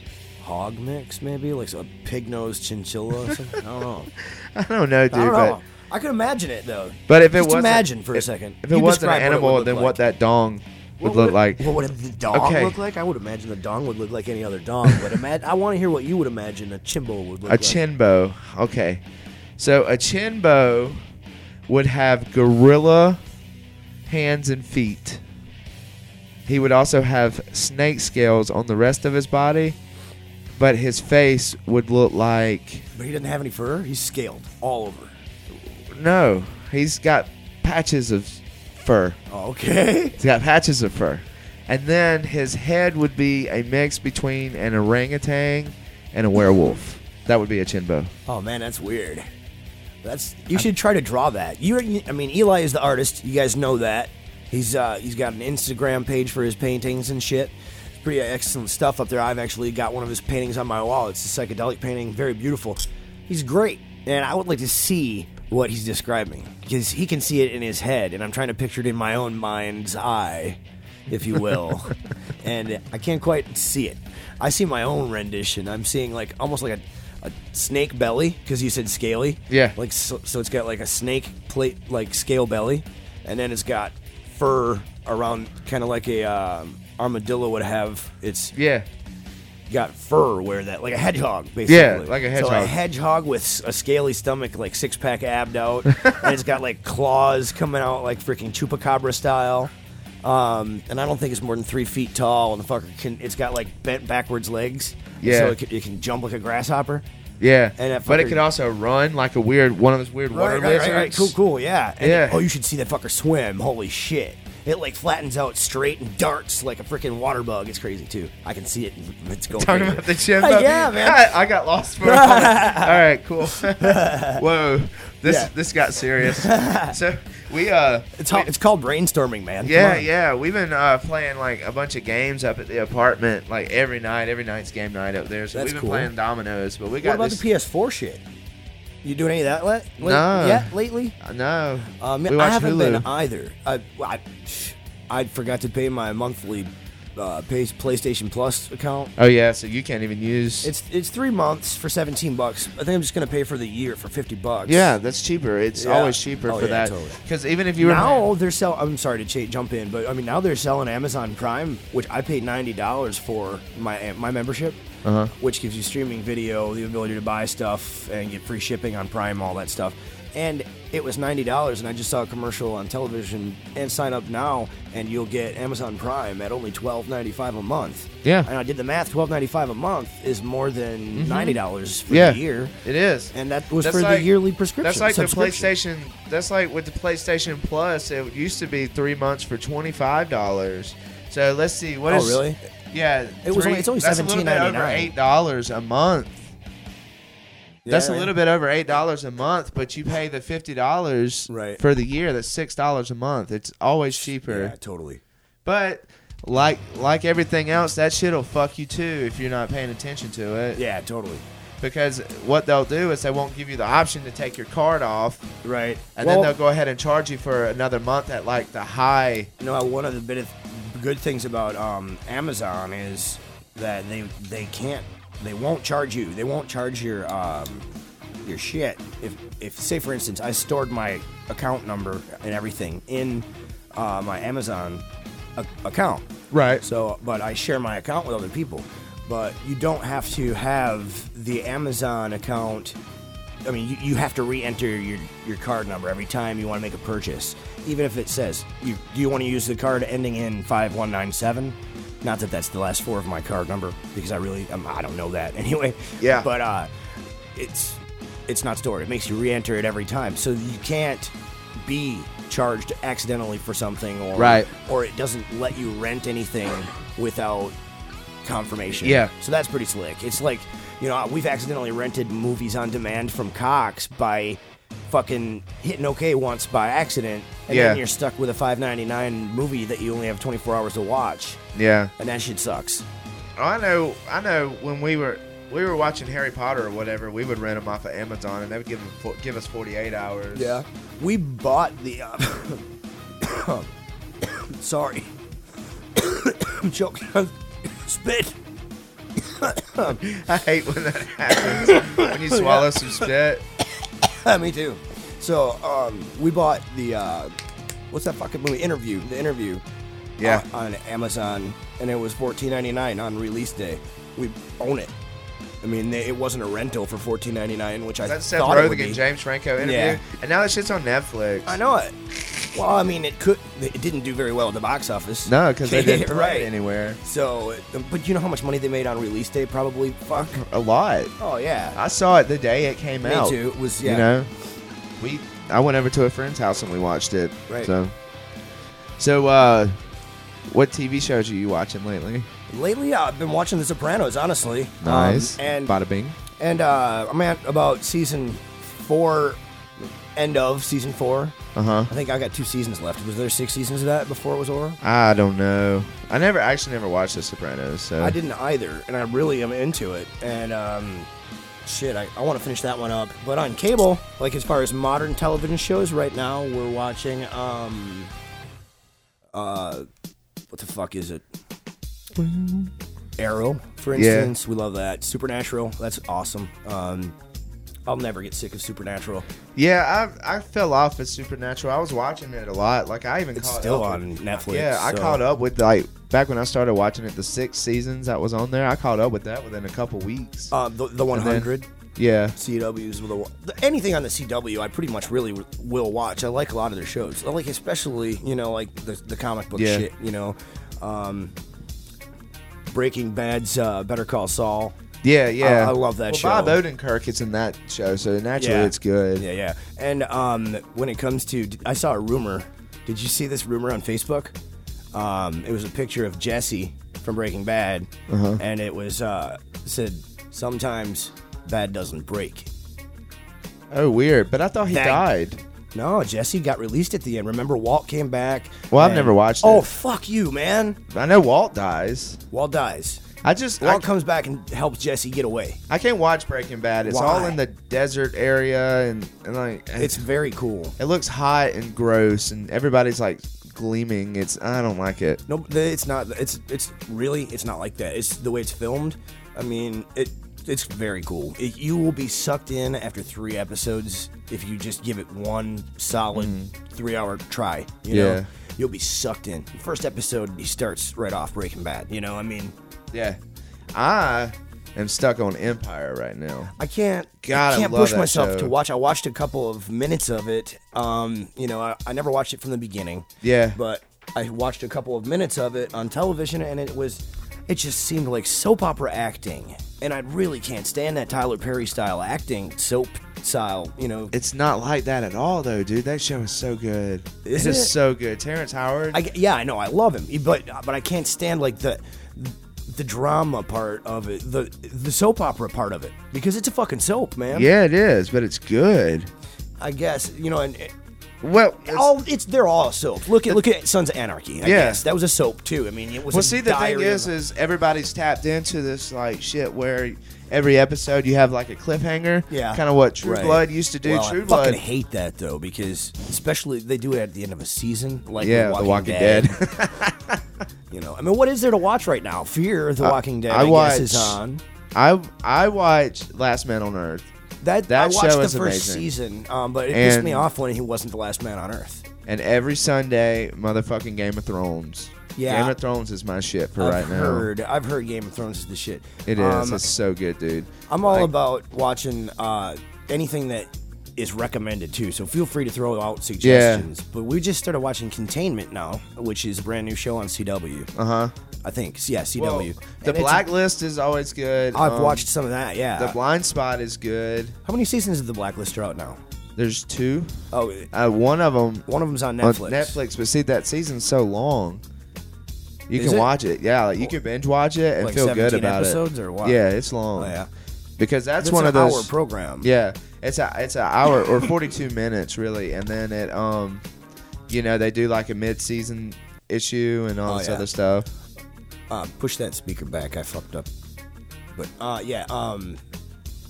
[SPEAKER 2] hog mix, maybe like a pig nosed chinchilla. Or something. I don't
[SPEAKER 3] <laughs>
[SPEAKER 2] know.
[SPEAKER 3] <laughs> I don't know, dude.
[SPEAKER 2] I don't
[SPEAKER 3] but,
[SPEAKER 2] know. I could imagine it though.
[SPEAKER 3] but if it
[SPEAKER 2] Just
[SPEAKER 3] was
[SPEAKER 2] imagine for a
[SPEAKER 3] if-
[SPEAKER 2] second.
[SPEAKER 3] If it
[SPEAKER 2] You
[SPEAKER 3] wasn't an
[SPEAKER 2] describe what it would
[SPEAKER 3] animal,
[SPEAKER 2] look
[SPEAKER 3] then what
[SPEAKER 2] like.
[SPEAKER 3] that dong would look
[SPEAKER 2] it-
[SPEAKER 3] like.
[SPEAKER 2] What would the dong
[SPEAKER 3] Okay.
[SPEAKER 2] look like? I would imagine the dong would look like any other dong, but ima- I want to hear what you would imagine a chimbo would look
[SPEAKER 3] A
[SPEAKER 2] like.
[SPEAKER 3] chin bow. Okay. So a chin bow would have gorilla hands and feet. He would also have snake scales on the rest of his body, but his face would look like
[SPEAKER 2] But he doesn't have any fur. He's scaled all over.
[SPEAKER 3] no. He's got patches of fur.
[SPEAKER 2] Okay.
[SPEAKER 3] He's got patches of fur. And then his head would be a mix between an orangutan and a werewolf. That would be a chin bow.
[SPEAKER 2] Oh man, that's weird. That's you should try to draw that. You, you- I mean, Eli is the artist. You guys know that. He's uh, he's got an Instagram page for his paintings and shit. It's Pretty excellent stuff up there. I've actually got one of his paintings on my wall. It's a psychedelic painting, very beautiful. He's great, and I would like to see what he's describing because he can see it in his head, and I'm trying to picture it in my own mind's eye, if you will. and I can't quite see it. I see my own rendition. I'm seeing like almost like a, a snake belly because you said scaly.
[SPEAKER 3] Yeah.
[SPEAKER 2] Like so, so it's got like a snake plate like scale belly, and then it's got fur around kind of like a um, armadillo would have. It's
[SPEAKER 3] Yeah.
[SPEAKER 2] got fur where that like a hedgehog basically.
[SPEAKER 3] like a
[SPEAKER 2] So a
[SPEAKER 3] hedgehog.
[SPEAKER 2] hedgehog with s- a scaly stomach, like six pack abbed
[SPEAKER 3] <laughs>
[SPEAKER 2] out, and it's got like claws coming out like freaking chupacabra style. Um, and I don't think it's more than three feet tall, and the fucker can. It's got like bent backwards legs.
[SPEAKER 3] Yeah.
[SPEAKER 2] So it can, it can jump like a grasshopper.
[SPEAKER 3] Yeah,
[SPEAKER 2] And that
[SPEAKER 3] but it
[SPEAKER 2] fucker-
[SPEAKER 3] could also run like a weird one of those weird
[SPEAKER 2] Right,
[SPEAKER 3] water
[SPEAKER 2] right, right,
[SPEAKER 3] lizards.
[SPEAKER 2] right. Cool, cool, yeah. And-
[SPEAKER 3] Yeah.
[SPEAKER 2] Oh, you should see that fucker swim. Holy shit. It like flattens out straight and darts like a freaking water bug. It's crazy too. I can see it. It's going.
[SPEAKER 3] <laughs> Talking
[SPEAKER 2] crazy.
[SPEAKER 3] about the chin.
[SPEAKER 2] Uh,
[SPEAKER 3] bow.
[SPEAKER 2] yeah, man.
[SPEAKER 3] <laughs> I, I got
[SPEAKER 2] <laughs>
[SPEAKER 3] lost for a moment. All right, cool. Whoa, this
[SPEAKER 2] Yeah.
[SPEAKER 3] this
[SPEAKER 2] <laughs>
[SPEAKER 3] got serious. so we uh,
[SPEAKER 2] It's, ca- it's called brainstorming, man. Come
[SPEAKER 3] yeah,
[SPEAKER 2] on.
[SPEAKER 3] yeah, we've been uh, playing like a bunch of games up at the apartment, like every night. Every night's game night up there. So
[SPEAKER 2] That's
[SPEAKER 3] we've been
[SPEAKER 2] cool.
[SPEAKER 3] playing dominoes, but we
[SPEAKER 2] What
[SPEAKER 3] got
[SPEAKER 2] about
[SPEAKER 3] this.
[SPEAKER 2] the PS4 shit? You doing any of that late, late,
[SPEAKER 3] No.
[SPEAKER 2] yeah, lately?
[SPEAKER 3] uh, no,
[SPEAKER 2] Um,
[SPEAKER 3] we
[SPEAKER 2] I
[SPEAKER 3] watch
[SPEAKER 2] haven't
[SPEAKER 3] Hulu.
[SPEAKER 2] been either. I, I, I forgot to pay my monthly uh, pay, PlayStation Plus account.
[SPEAKER 3] oh yeah, so you can't even use.
[SPEAKER 2] It's it's three months for seventeen bucks. I think I'm just gonna pay for the year for fifty bucks.
[SPEAKER 3] yeah, that's cheaper. It's
[SPEAKER 2] Yeah.
[SPEAKER 3] always cheaper
[SPEAKER 2] Oh,
[SPEAKER 3] for
[SPEAKER 2] yeah,
[SPEAKER 3] that.
[SPEAKER 2] totally.
[SPEAKER 3] Because even if you were
[SPEAKER 2] Now they're selling. I'm sorry to cha- jump in, but I mean now they're selling Amazon Prime, which I paid ninety dollars for my my membership, uh-huh. which gives you streaming video, the ability to buy stuff, and get free shipping on Prime, all that stuff. And it was ninety dollars, and I just saw a commercial on television. And sign up now, and you'll get Amazon Prime at only twelve ninety five a month.
[SPEAKER 3] Yeah. Mm-hmm.
[SPEAKER 2] and I did the math. Twelve ninety five a month is more than ninety dollars for
[SPEAKER 3] yeah,
[SPEAKER 2] the year,
[SPEAKER 3] it is.
[SPEAKER 2] and that was
[SPEAKER 3] That's
[SPEAKER 2] for
[SPEAKER 3] like-
[SPEAKER 2] the yearly prescription.
[SPEAKER 3] That's like the
[SPEAKER 2] subscription.
[SPEAKER 3] PlayStation. That's like with the PlayStation Plus. It used to be three months for twenty five dollars. So let's see. What
[SPEAKER 2] Oh,
[SPEAKER 3] is?
[SPEAKER 2] really?
[SPEAKER 3] Yeah.
[SPEAKER 2] It was only- it's only
[SPEAKER 3] that's a little bit over
[SPEAKER 2] $17.99.
[SPEAKER 3] Eight dollars a month. that's
[SPEAKER 2] Yeah,
[SPEAKER 3] a
[SPEAKER 2] man.
[SPEAKER 3] little bit over eight dollars a month, but you pay the fifty dollars
[SPEAKER 2] Right.
[SPEAKER 3] for the year. That's six dollars a month. It's always cheaper.
[SPEAKER 2] Yeah, totally.
[SPEAKER 3] But like like everything else, that shit'll fuck you too if you're not paying attention to it.
[SPEAKER 2] Yeah, totally.
[SPEAKER 3] Because what they'll do is they won't give you the option to take your card off.
[SPEAKER 2] Right.
[SPEAKER 3] And
[SPEAKER 2] well,
[SPEAKER 3] then they'll go ahead and charge you for another month at like the high.
[SPEAKER 2] you know, one of the bit of good things about um, Amazon is that they they can't they won't charge you. They won't charge your um, your shit. If if say for instance I stored my account number and everything in uh, my Amazon a- account.
[SPEAKER 3] Right.
[SPEAKER 2] So but I share my account with other people. But you don't have to have the Amazon account I mean, you, you have to re-enter your, your card number every time you want to make a purchase, even if it says you do you want to use the card ending in five one nine seven. Not that that's the last four of my card number because I really um, I don't know that <laughs> anyway.
[SPEAKER 3] Yeah.
[SPEAKER 2] But uh, it's it's not stored. It makes you re-enter it every time, so you can't be charged accidentally for something or
[SPEAKER 3] Right.
[SPEAKER 2] or it doesn't let you rent anything without confirmation.
[SPEAKER 3] Yeah.
[SPEAKER 2] So that's pretty slick. It's like, you know, we've accidentally rented movies on demand from Cox by fucking hitting okay once by accident, and
[SPEAKER 3] Yeah.
[SPEAKER 2] then you're stuck with a 5.99 movie that you only have 24 hours to watch,
[SPEAKER 3] Yeah. Oh,
[SPEAKER 2] and that shit sucks.
[SPEAKER 3] I know. I know. When we were we were watching Harry Potter or whatever, we would rent them off of Amazon, and they would give them fo- give us forty eight hours.
[SPEAKER 2] We bought the. Uh, <coughs> sorry. <coughs> I'm choking on spit.
[SPEAKER 3] <laughs>
[SPEAKER 2] <laughs>
[SPEAKER 3] I hate when that happens.
[SPEAKER 2] <laughs>
[SPEAKER 3] when you swallow some spit.
[SPEAKER 2] Me too. So um, we bought the uh, what's that fucking movie? Interview. The interview.
[SPEAKER 3] Yeah.
[SPEAKER 2] on, on Amazon, and it was fourteen ninety nine on release day. We own it. I mean, they, it wasn't a rental for fourteen ninety nine, which I
[SPEAKER 3] That Seth
[SPEAKER 2] thought it would
[SPEAKER 3] Rogen
[SPEAKER 2] be.
[SPEAKER 3] and James Franco interview,
[SPEAKER 2] Yeah.
[SPEAKER 3] and now that shit's on Netflix.
[SPEAKER 2] I know it. Well, I mean, it could. It didn't do very well at the box office.
[SPEAKER 3] No,
[SPEAKER 2] <laughs>
[SPEAKER 3] because they didn't play
[SPEAKER 2] right.
[SPEAKER 3] it anywhere.
[SPEAKER 2] So, but you know how much money they made on release day? Probably. Fuck.
[SPEAKER 3] A lot.
[SPEAKER 2] Oh yeah.
[SPEAKER 3] I saw it the day it came
[SPEAKER 2] Me
[SPEAKER 3] out.
[SPEAKER 2] too. It was yeah.
[SPEAKER 3] You know, we I went over to a friend's house and we watched it.
[SPEAKER 2] Right.
[SPEAKER 3] So, so uh, what TV shows are you watching lately?
[SPEAKER 2] Lately, uh, I've been watching The Sopranos. Honestly. Um,
[SPEAKER 3] Nice.
[SPEAKER 2] and
[SPEAKER 3] Bada Bing.
[SPEAKER 2] and uh, I'm at about season four, end of season four.
[SPEAKER 3] Uh huh.
[SPEAKER 2] I think I got two seasons left. Was there six seasons of that before it was over?
[SPEAKER 3] I don't know. I never actually never watched The Sopranos. So
[SPEAKER 2] I didn't either, and I really am into it. And um, shit, I, I want to finish that one up. But on cable, like as far as modern television shows right now, we're watching um, uh, what the fuck is it? Arrow, for
[SPEAKER 3] Yeah.
[SPEAKER 2] instance. We love that. Supernatural, that's awesome. Um, I'll never get sick of Supernatural.
[SPEAKER 3] Yeah, I I fell off with Supernatural. I was watching it a lot. Like I even
[SPEAKER 2] It's
[SPEAKER 3] caught
[SPEAKER 2] still
[SPEAKER 3] up
[SPEAKER 2] on
[SPEAKER 3] with-
[SPEAKER 2] Netflix,
[SPEAKER 3] Yeah, I
[SPEAKER 2] so-
[SPEAKER 3] caught up with like back when I started watching it. The six seasons that was on there, I caught up with that within a couple weeks.
[SPEAKER 2] Uh, the, the 100.
[SPEAKER 3] yeah,
[SPEAKER 2] CW's with a, anything on the CW, I pretty much really will watch. I like a lot of their shows, I like especially you know like the, the comic book
[SPEAKER 3] Yeah.
[SPEAKER 2] shit. You know, um, Breaking Bad's uh, Better Call Saul.
[SPEAKER 3] yeah, yeah.
[SPEAKER 2] I- I love that
[SPEAKER 3] well,
[SPEAKER 2] show.
[SPEAKER 3] Bob Odenkirk is in that show, so naturally
[SPEAKER 2] Yeah.
[SPEAKER 3] it's good.
[SPEAKER 2] Yeah, yeah. And um, when it comes to, I saw a rumor. Did you see this rumor on Facebook? Um, it was a picture of Jesse from Breaking Bad,
[SPEAKER 3] Uh-huh.
[SPEAKER 2] and it was uh, said sometimes bad doesn't break.
[SPEAKER 3] Oh, weird. But I thought he
[SPEAKER 2] Thank-
[SPEAKER 3] died.
[SPEAKER 2] No, Jesse got released at the end. Remember, Walt came back.
[SPEAKER 3] Well, I've
[SPEAKER 2] and-
[SPEAKER 3] never watched
[SPEAKER 2] Oh,
[SPEAKER 3] it.
[SPEAKER 2] fuck you, man.
[SPEAKER 3] I know Walt dies.
[SPEAKER 2] Walt dies.
[SPEAKER 3] I just I,
[SPEAKER 2] Walt comes back and helps Jesse get away.
[SPEAKER 3] I can't watch Breaking Bad. It's
[SPEAKER 2] Why?
[SPEAKER 3] all in the desert area and, and like
[SPEAKER 2] It's very cool.
[SPEAKER 3] it looks hot and gross and everybody's like gleaming. It's I don't like it.
[SPEAKER 2] No, th- it's not. It's it's really it's not like that. It's the way it's filmed. I mean, it it's very cool. It, you will be sucked in after three episodes if you just give it one solid three-hour try. You
[SPEAKER 3] Mm. Yeah.
[SPEAKER 2] know, you'll be sucked in. First episode, he starts right off Breaking Bad. You know, I mean,
[SPEAKER 3] Yeah. I am stuck on Empire right now.
[SPEAKER 2] I can't.
[SPEAKER 3] God, I
[SPEAKER 2] I can't
[SPEAKER 3] love
[SPEAKER 2] push
[SPEAKER 3] that
[SPEAKER 2] myself
[SPEAKER 3] show.
[SPEAKER 2] to watch. I watched a couple of minutes of it. Um, you know, I, I never watched it from the beginning.
[SPEAKER 3] Yeah.
[SPEAKER 2] But I watched a couple of minutes of it on television, and it was, it just seemed like soap opera acting, and I really can't stand that Tyler Perry style acting, soap style. You know,
[SPEAKER 3] It's not like that at all though, dude. That show is so good.
[SPEAKER 2] Is
[SPEAKER 3] it
[SPEAKER 2] it?
[SPEAKER 3] is so good. Terrence Howard.
[SPEAKER 2] I, yeah, I know, I love him, but but I can't stand like the. The drama part of it, the the soap opera part of it, because it's a fucking soap, man.
[SPEAKER 3] yeah, it is, but it's good.
[SPEAKER 2] I guess you know, and
[SPEAKER 3] Well, it's-
[SPEAKER 2] all it's they're all soaps. Look at look at Sons of Anarchy. I
[SPEAKER 3] Yeah.
[SPEAKER 2] guess. that was a soap too. I mean, it was.
[SPEAKER 3] Well,
[SPEAKER 2] a
[SPEAKER 3] see, the thing
[SPEAKER 2] diary
[SPEAKER 3] is,
[SPEAKER 2] of-
[SPEAKER 3] is everybody's tapped into this like shit where every episode you have like a cliffhanger.
[SPEAKER 2] yeah,
[SPEAKER 3] kind of what True
[SPEAKER 2] Right.
[SPEAKER 3] Blood used to do.
[SPEAKER 2] Well,
[SPEAKER 3] True
[SPEAKER 2] I
[SPEAKER 3] Blood.
[SPEAKER 2] fucking hate that though because especially they do it at the end of a season, like
[SPEAKER 3] yeah,
[SPEAKER 2] The Walking, Dead.
[SPEAKER 3] <laughs>
[SPEAKER 2] You know, I mean, what is there to watch right now? Fear the Walking Dead.
[SPEAKER 3] I
[SPEAKER 2] I,
[SPEAKER 3] watched-
[SPEAKER 2] guess is on.
[SPEAKER 3] I I watched Last Man on Earth,
[SPEAKER 2] That,
[SPEAKER 3] That
[SPEAKER 2] I watched
[SPEAKER 3] show
[SPEAKER 2] the
[SPEAKER 3] is
[SPEAKER 2] first
[SPEAKER 3] amazing.
[SPEAKER 2] season, um, but it pissed me
[SPEAKER 3] And-
[SPEAKER 2] off when he wasn't the last man on Earth.
[SPEAKER 3] and every Sunday, motherfucking Game of Thrones.
[SPEAKER 2] Yeah.
[SPEAKER 3] Game of Thrones is my shit for right
[SPEAKER 2] I've
[SPEAKER 3] now.
[SPEAKER 2] heard, I've heard Game of Thrones is the shit.
[SPEAKER 3] It is.
[SPEAKER 2] Um,
[SPEAKER 3] it's so good, dude.
[SPEAKER 2] I'm all
[SPEAKER 3] Like,
[SPEAKER 2] about watching uh, anything that is recommended too. So feel free to throw out suggestions. But we just started watching Containment now, which is a brand new show on CW. Uh huh. I think. Yeah, CW.
[SPEAKER 3] uh-huh. well,
[SPEAKER 2] And
[SPEAKER 3] the
[SPEAKER 2] it's-
[SPEAKER 3] Blacklist is always good.
[SPEAKER 2] I've
[SPEAKER 3] Um,
[SPEAKER 2] watched some of that. Yeah.
[SPEAKER 3] The Blind Spot is good.
[SPEAKER 2] How many seasons of The Blacklist are out now?
[SPEAKER 3] There's two.
[SPEAKER 2] Oh, it-
[SPEAKER 3] Uh, one of them
[SPEAKER 2] one of them's on
[SPEAKER 3] on
[SPEAKER 2] Netflix.
[SPEAKER 3] Netflix. But see, that season's so long. You
[SPEAKER 2] Is
[SPEAKER 3] can
[SPEAKER 2] it?
[SPEAKER 3] watch it, yeah. Like you can binge watch it and
[SPEAKER 2] Like
[SPEAKER 3] feel good
[SPEAKER 2] 17
[SPEAKER 3] about
[SPEAKER 2] episodes
[SPEAKER 3] it.
[SPEAKER 2] or what?
[SPEAKER 3] Yeah, it's long.
[SPEAKER 2] Oh, yeah.
[SPEAKER 3] because that's
[SPEAKER 2] That's
[SPEAKER 3] one
[SPEAKER 2] an
[SPEAKER 3] of those.
[SPEAKER 2] hour program.
[SPEAKER 3] yeah, it's a it's an hour or forty two minutes really, and then it um, you know they do like a mid season issue and all
[SPEAKER 2] Oh,
[SPEAKER 3] this
[SPEAKER 2] yeah.
[SPEAKER 3] other stuff.
[SPEAKER 2] Uh, push that speaker back. I fucked up. But uh, yeah. Um,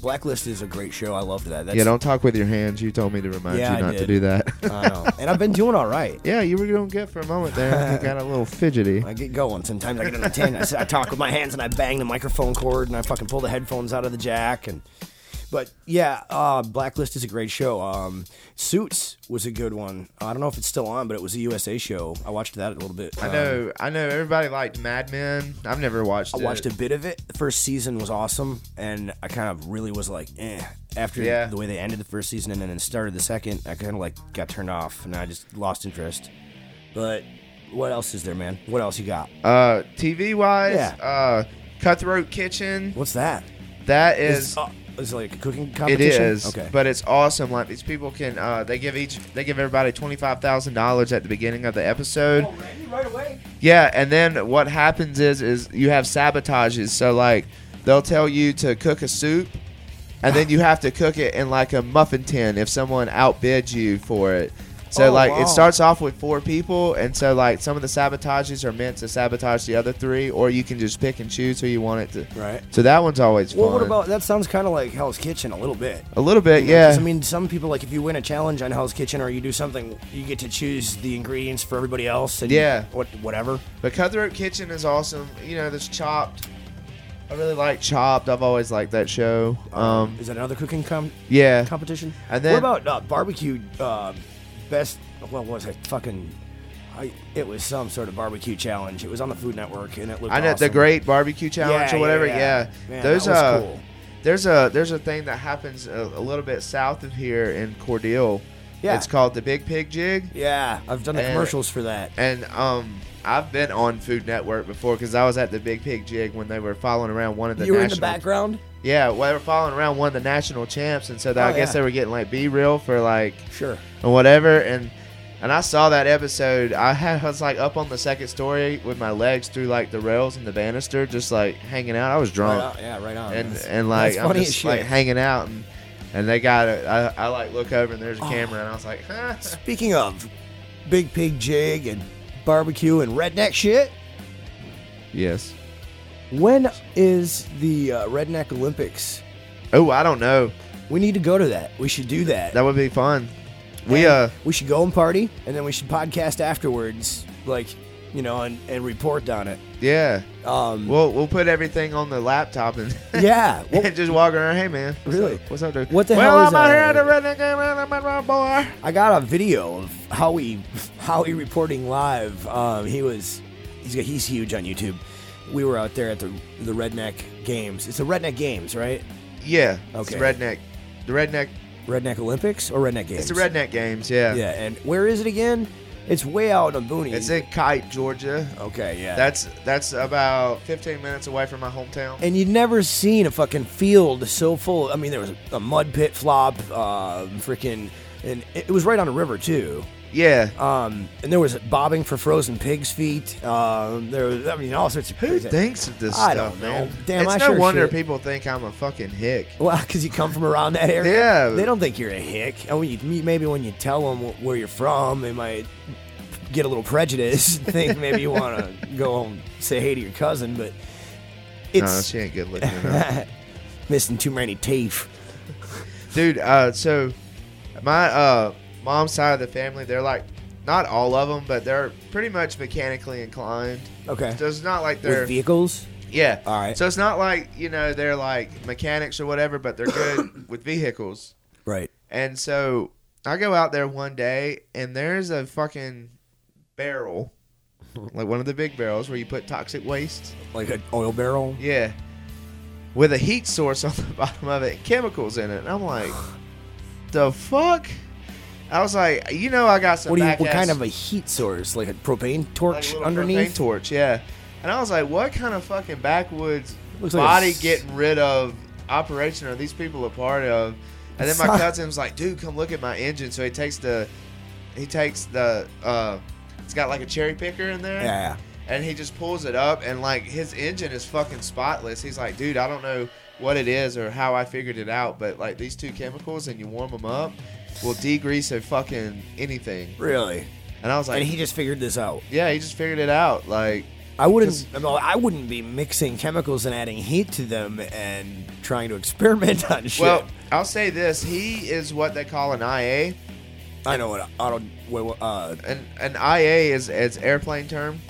[SPEAKER 2] Blacklist is a great show. I loved that. That's,
[SPEAKER 3] yeah, don't talk with your hands. You told me to remind
[SPEAKER 2] Yeah,
[SPEAKER 3] you
[SPEAKER 2] I
[SPEAKER 3] not to
[SPEAKER 2] did. Uh,
[SPEAKER 3] do
[SPEAKER 2] <laughs>
[SPEAKER 3] that.
[SPEAKER 2] I know. <laughs> And I've been doing all right.
[SPEAKER 3] <laughs> yeah, you were doing good for a moment there. You got a
[SPEAKER 2] <laughs>
[SPEAKER 3] little fidgety.
[SPEAKER 2] I get going. Sometimes I get on the tangent. I, s- I talk with my hands and I bang the microphone cord and I fucking pull the headphones out of the jack and But yeah, uh, Blacklist is a great show. Um, Suits was a good one. I don't know if it's still on, but it was a USA show. I watched that a little bit. Um,
[SPEAKER 3] I know, I know. Everybody liked Mad Men. I've never watched.
[SPEAKER 2] I
[SPEAKER 3] it.
[SPEAKER 2] watched a bit of it. The first season was awesome, and I kind of really was like, eh. After
[SPEAKER 3] Yeah.
[SPEAKER 2] the way they ended the first season and then started the second, I kind of like got turned off, and I just lost interest. But what else is there, man? What else you got?
[SPEAKER 3] Uh, TV wise,
[SPEAKER 2] Yeah.
[SPEAKER 3] uh, Cutthroat Kitchen.
[SPEAKER 2] What's that?
[SPEAKER 3] That
[SPEAKER 2] Is
[SPEAKER 3] is.
[SPEAKER 2] uh, is it like a cooking
[SPEAKER 3] It
[SPEAKER 2] competition?
[SPEAKER 3] is,
[SPEAKER 2] Okay.
[SPEAKER 3] but it's awesome. Like these people can, uh, they give each, they give everybody twenty five thousand dollars at the beginning of the episode.
[SPEAKER 2] Oh, right away.
[SPEAKER 3] Yeah, and then what happens is is you have sabotages. So like they'll tell you to cook a soup and then you have to cook it in like a muffin tin if someone outbids you for it. So
[SPEAKER 2] Oh,
[SPEAKER 3] like
[SPEAKER 2] wow.
[SPEAKER 3] it starts off with four people and so like some of the sabotages are meant to sabotage the other three or you can just pick and choose who you want it to.
[SPEAKER 2] Right.
[SPEAKER 3] So that one's always fun.
[SPEAKER 2] Well, what about that? Sounds kind of like Hell's Kitchen a little bit.
[SPEAKER 3] a little bit,
[SPEAKER 2] You know, 'cause,
[SPEAKER 3] yeah.
[SPEAKER 2] I mean, some people like if you win a challenge on Hell's Kitchen or you do something, you get to choose the ingredients for everybody else. And
[SPEAKER 3] Yeah.
[SPEAKER 2] What whatever.
[SPEAKER 3] But Cutthroat Kitchen is awesome. You know, there's Chopped. I really like Chopped. I've always liked that show. Um,
[SPEAKER 2] Is that another cooking com-
[SPEAKER 3] yeah.
[SPEAKER 2] competition?
[SPEAKER 3] And then-
[SPEAKER 2] what about uh, barbecue? Uh, best. What was it? Fucking. I, it was some sort of barbecue challenge. It was on the Food Network, and it looked.
[SPEAKER 3] I know the
[SPEAKER 2] awesome.
[SPEAKER 3] Great Barbecue Challenge
[SPEAKER 2] Yeah,
[SPEAKER 3] or whatever.
[SPEAKER 2] yeah,
[SPEAKER 3] Yeah,
[SPEAKER 2] yeah. Man,
[SPEAKER 3] those
[SPEAKER 2] that was
[SPEAKER 3] uh,
[SPEAKER 2] cool.
[SPEAKER 3] there's a there's a thing that happens a, a little bit south of here in Cordele.
[SPEAKER 2] Yeah.
[SPEAKER 3] it's called the Big Pig Jig,
[SPEAKER 2] Yeah, I've done the
[SPEAKER 3] And-
[SPEAKER 2] commercials for that.
[SPEAKER 3] and um. I've been on Food Network before because I was at the Big Pig Jig when they were following around one of the
[SPEAKER 2] you were in
[SPEAKER 3] national.
[SPEAKER 2] the background.
[SPEAKER 3] Yeah, well, they were following around one of the national champs, and so that,
[SPEAKER 2] Oh,
[SPEAKER 3] I guess
[SPEAKER 2] yeah.
[SPEAKER 3] they were getting like B real for like
[SPEAKER 2] Sure.
[SPEAKER 3] or whatever. And and I saw that episode. I had I was like up on the second story with my legs through like the rails and the banister, just like hanging out. I was
[SPEAKER 2] Right
[SPEAKER 3] drunk.
[SPEAKER 2] on, yeah, right on.
[SPEAKER 3] Oh. and
[SPEAKER 2] That's-
[SPEAKER 3] and like
[SPEAKER 2] that's
[SPEAKER 3] I'm
[SPEAKER 2] funny as
[SPEAKER 3] just like
[SPEAKER 2] shit.
[SPEAKER 3] hanging out and and they got it. I, I like look over and
[SPEAKER 2] Oh.
[SPEAKER 3] there's a camera and I was like, <laughs> huh.
[SPEAKER 2] Speaking of Big Pig Jig and barbecue and redneck shit,
[SPEAKER 3] yes.
[SPEAKER 2] when is the uh, Redneck Olympics?
[SPEAKER 3] Oh, I don't know.
[SPEAKER 2] We need to go to that. We should do that.
[SPEAKER 3] That would be fun. We uh
[SPEAKER 2] we should go and party, and then we should podcast afterwards, like you know, and, and report on it.
[SPEAKER 3] yeah.
[SPEAKER 2] Um,
[SPEAKER 3] We'll we'll put everything on the laptop and.
[SPEAKER 2] <laughs> yeah, well,
[SPEAKER 3] <laughs> and just walk around. Hey man, what's
[SPEAKER 2] Really?
[SPEAKER 3] Up? What's up, dude?
[SPEAKER 2] What the
[SPEAKER 3] well,
[SPEAKER 2] hell is
[SPEAKER 3] I'm
[SPEAKER 2] that?
[SPEAKER 3] out here at the redneck game. and I'm at my bar.
[SPEAKER 2] I got a video of Howie Howie reporting live. Um, he was he's got, he's huge on YouTube. We were out there at the the Redneck Games. It's the Redneck Games, right?
[SPEAKER 3] Yeah. It's
[SPEAKER 2] Okay.
[SPEAKER 3] the redneck. The redneck.
[SPEAKER 2] Redneck Olympics or Redneck Games?
[SPEAKER 3] It's the redneck games. Yeah.
[SPEAKER 2] Yeah, and where is it again? It's way out on Booney.
[SPEAKER 3] It's in Kite, Georgia.
[SPEAKER 2] Okay, yeah.
[SPEAKER 3] That's that's about 15 minutes away from my hometown.
[SPEAKER 2] and you'd never seen a fucking field so full. I mean, there was a mud pit flop, uh, freaking, and it was right on a river too.
[SPEAKER 3] Yeah.
[SPEAKER 2] Um, and there was bobbing for frozen pigs' feet. Um, there was, I mean, all sorts of
[SPEAKER 3] Who
[SPEAKER 2] crazy-
[SPEAKER 3] thinks of this
[SPEAKER 2] I
[SPEAKER 3] stuff,
[SPEAKER 2] don't know.
[SPEAKER 3] man?
[SPEAKER 2] Damn,
[SPEAKER 3] it's
[SPEAKER 2] I
[SPEAKER 3] no
[SPEAKER 2] sure
[SPEAKER 3] wonder
[SPEAKER 2] shit.
[SPEAKER 3] people think I'm a fucking hick.
[SPEAKER 2] Well, <laughs> because you come from around that area.
[SPEAKER 3] Yeah.
[SPEAKER 2] They don't think you're a hick. I mean, you, maybe when you tell them where you're from, they might get a little prejudiced and
[SPEAKER 3] <laughs>
[SPEAKER 2] think maybe you want to go home say hey to your cousin, but
[SPEAKER 3] No,
[SPEAKER 2] it's
[SPEAKER 3] she ain't
[SPEAKER 2] <laughs>
[SPEAKER 3] good looking enough.
[SPEAKER 2] missing too many teeth.
[SPEAKER 3] Dude, uh, so my uh, mom's side of the family, they're like, not all of them, but they're pretty much mechanically inclined.
[SPEAKER 2] Okay.
[SPEAKER 3] So it's not like they're.
[SPEAKER 2] With vehicles?
[SPEAKER 3] yeah.
[SPEAKER 2] All right.
[SPEAKER 3] So it's not like, you know, they're like mechanics or whatever, but they're good <coughs> with vehicles.
[SPEAKER 2] Right.
[SPEAKER 3] And so I go out there one day and there's a fucking barrel, like one of the big barrels where you put toxic waste.
[SPEAKER 2] Like an oil barrel?
[SPEAKER 3] Yeah. With a heat source on <laughs> the bottom of it, chemicals in it. And I'm like, the fuck? I was like, you know, I got some.
[SPEAKER 2] What, do you,
[SPEAKER 3] back
[SPEAKER 2] what kind
[SPEAKER 3] ass-
[SPEAKER 2] of a heat source? Like a propane
[SPEAKER 3] like a
[SPEAKER 2] torch
[SPEAKER 3] little
[SPEAKER 2] underneath?
[SPEAKER 3] propane torch? Yeah. And I was like, what kind of fucking backwoods
[SPEAKER 2] Looks like a
[SPEAKER 3] body
[SPEAKER 2] s-
[SPEAKER 3] getting rid of operation are these people a part of? And then my
[SPEAKER 2] Sorry.
[SPEAKER 3] cousin was like, dude, come look at my engine. So he takes the, he takes the, uh, it's got like a cherry picker in there.
[SPEAKER 2] Yeah.
[SPEAKER 3] and he just pulls it up and like his engine is fucking spotless he's like dude i don't know what it is or how i figured it out but like these two chemicals and you warm them up will degrease a fucking anything
[SPEAKER 2] Really?
[SPEAKER 3] and i was like
[SPEAKER 2] And he just figured this out.
[SPEAKER 3] yeah he just figured it out like
[SPEAKER 2] I wouldn't.
[SPEAKER 3] 'Cause-
[SPEAKER 2] I, mean, I wouldn't be mixing chemicals and adding heat to them and trying to experiment <laughs> on shit.
[SPEAKER 3] well i'll say this he is what they call an ia
[SPEAKER 2] I know what auto. what- what, Uh,
[SPEAKER 3] and an ia is is airplane term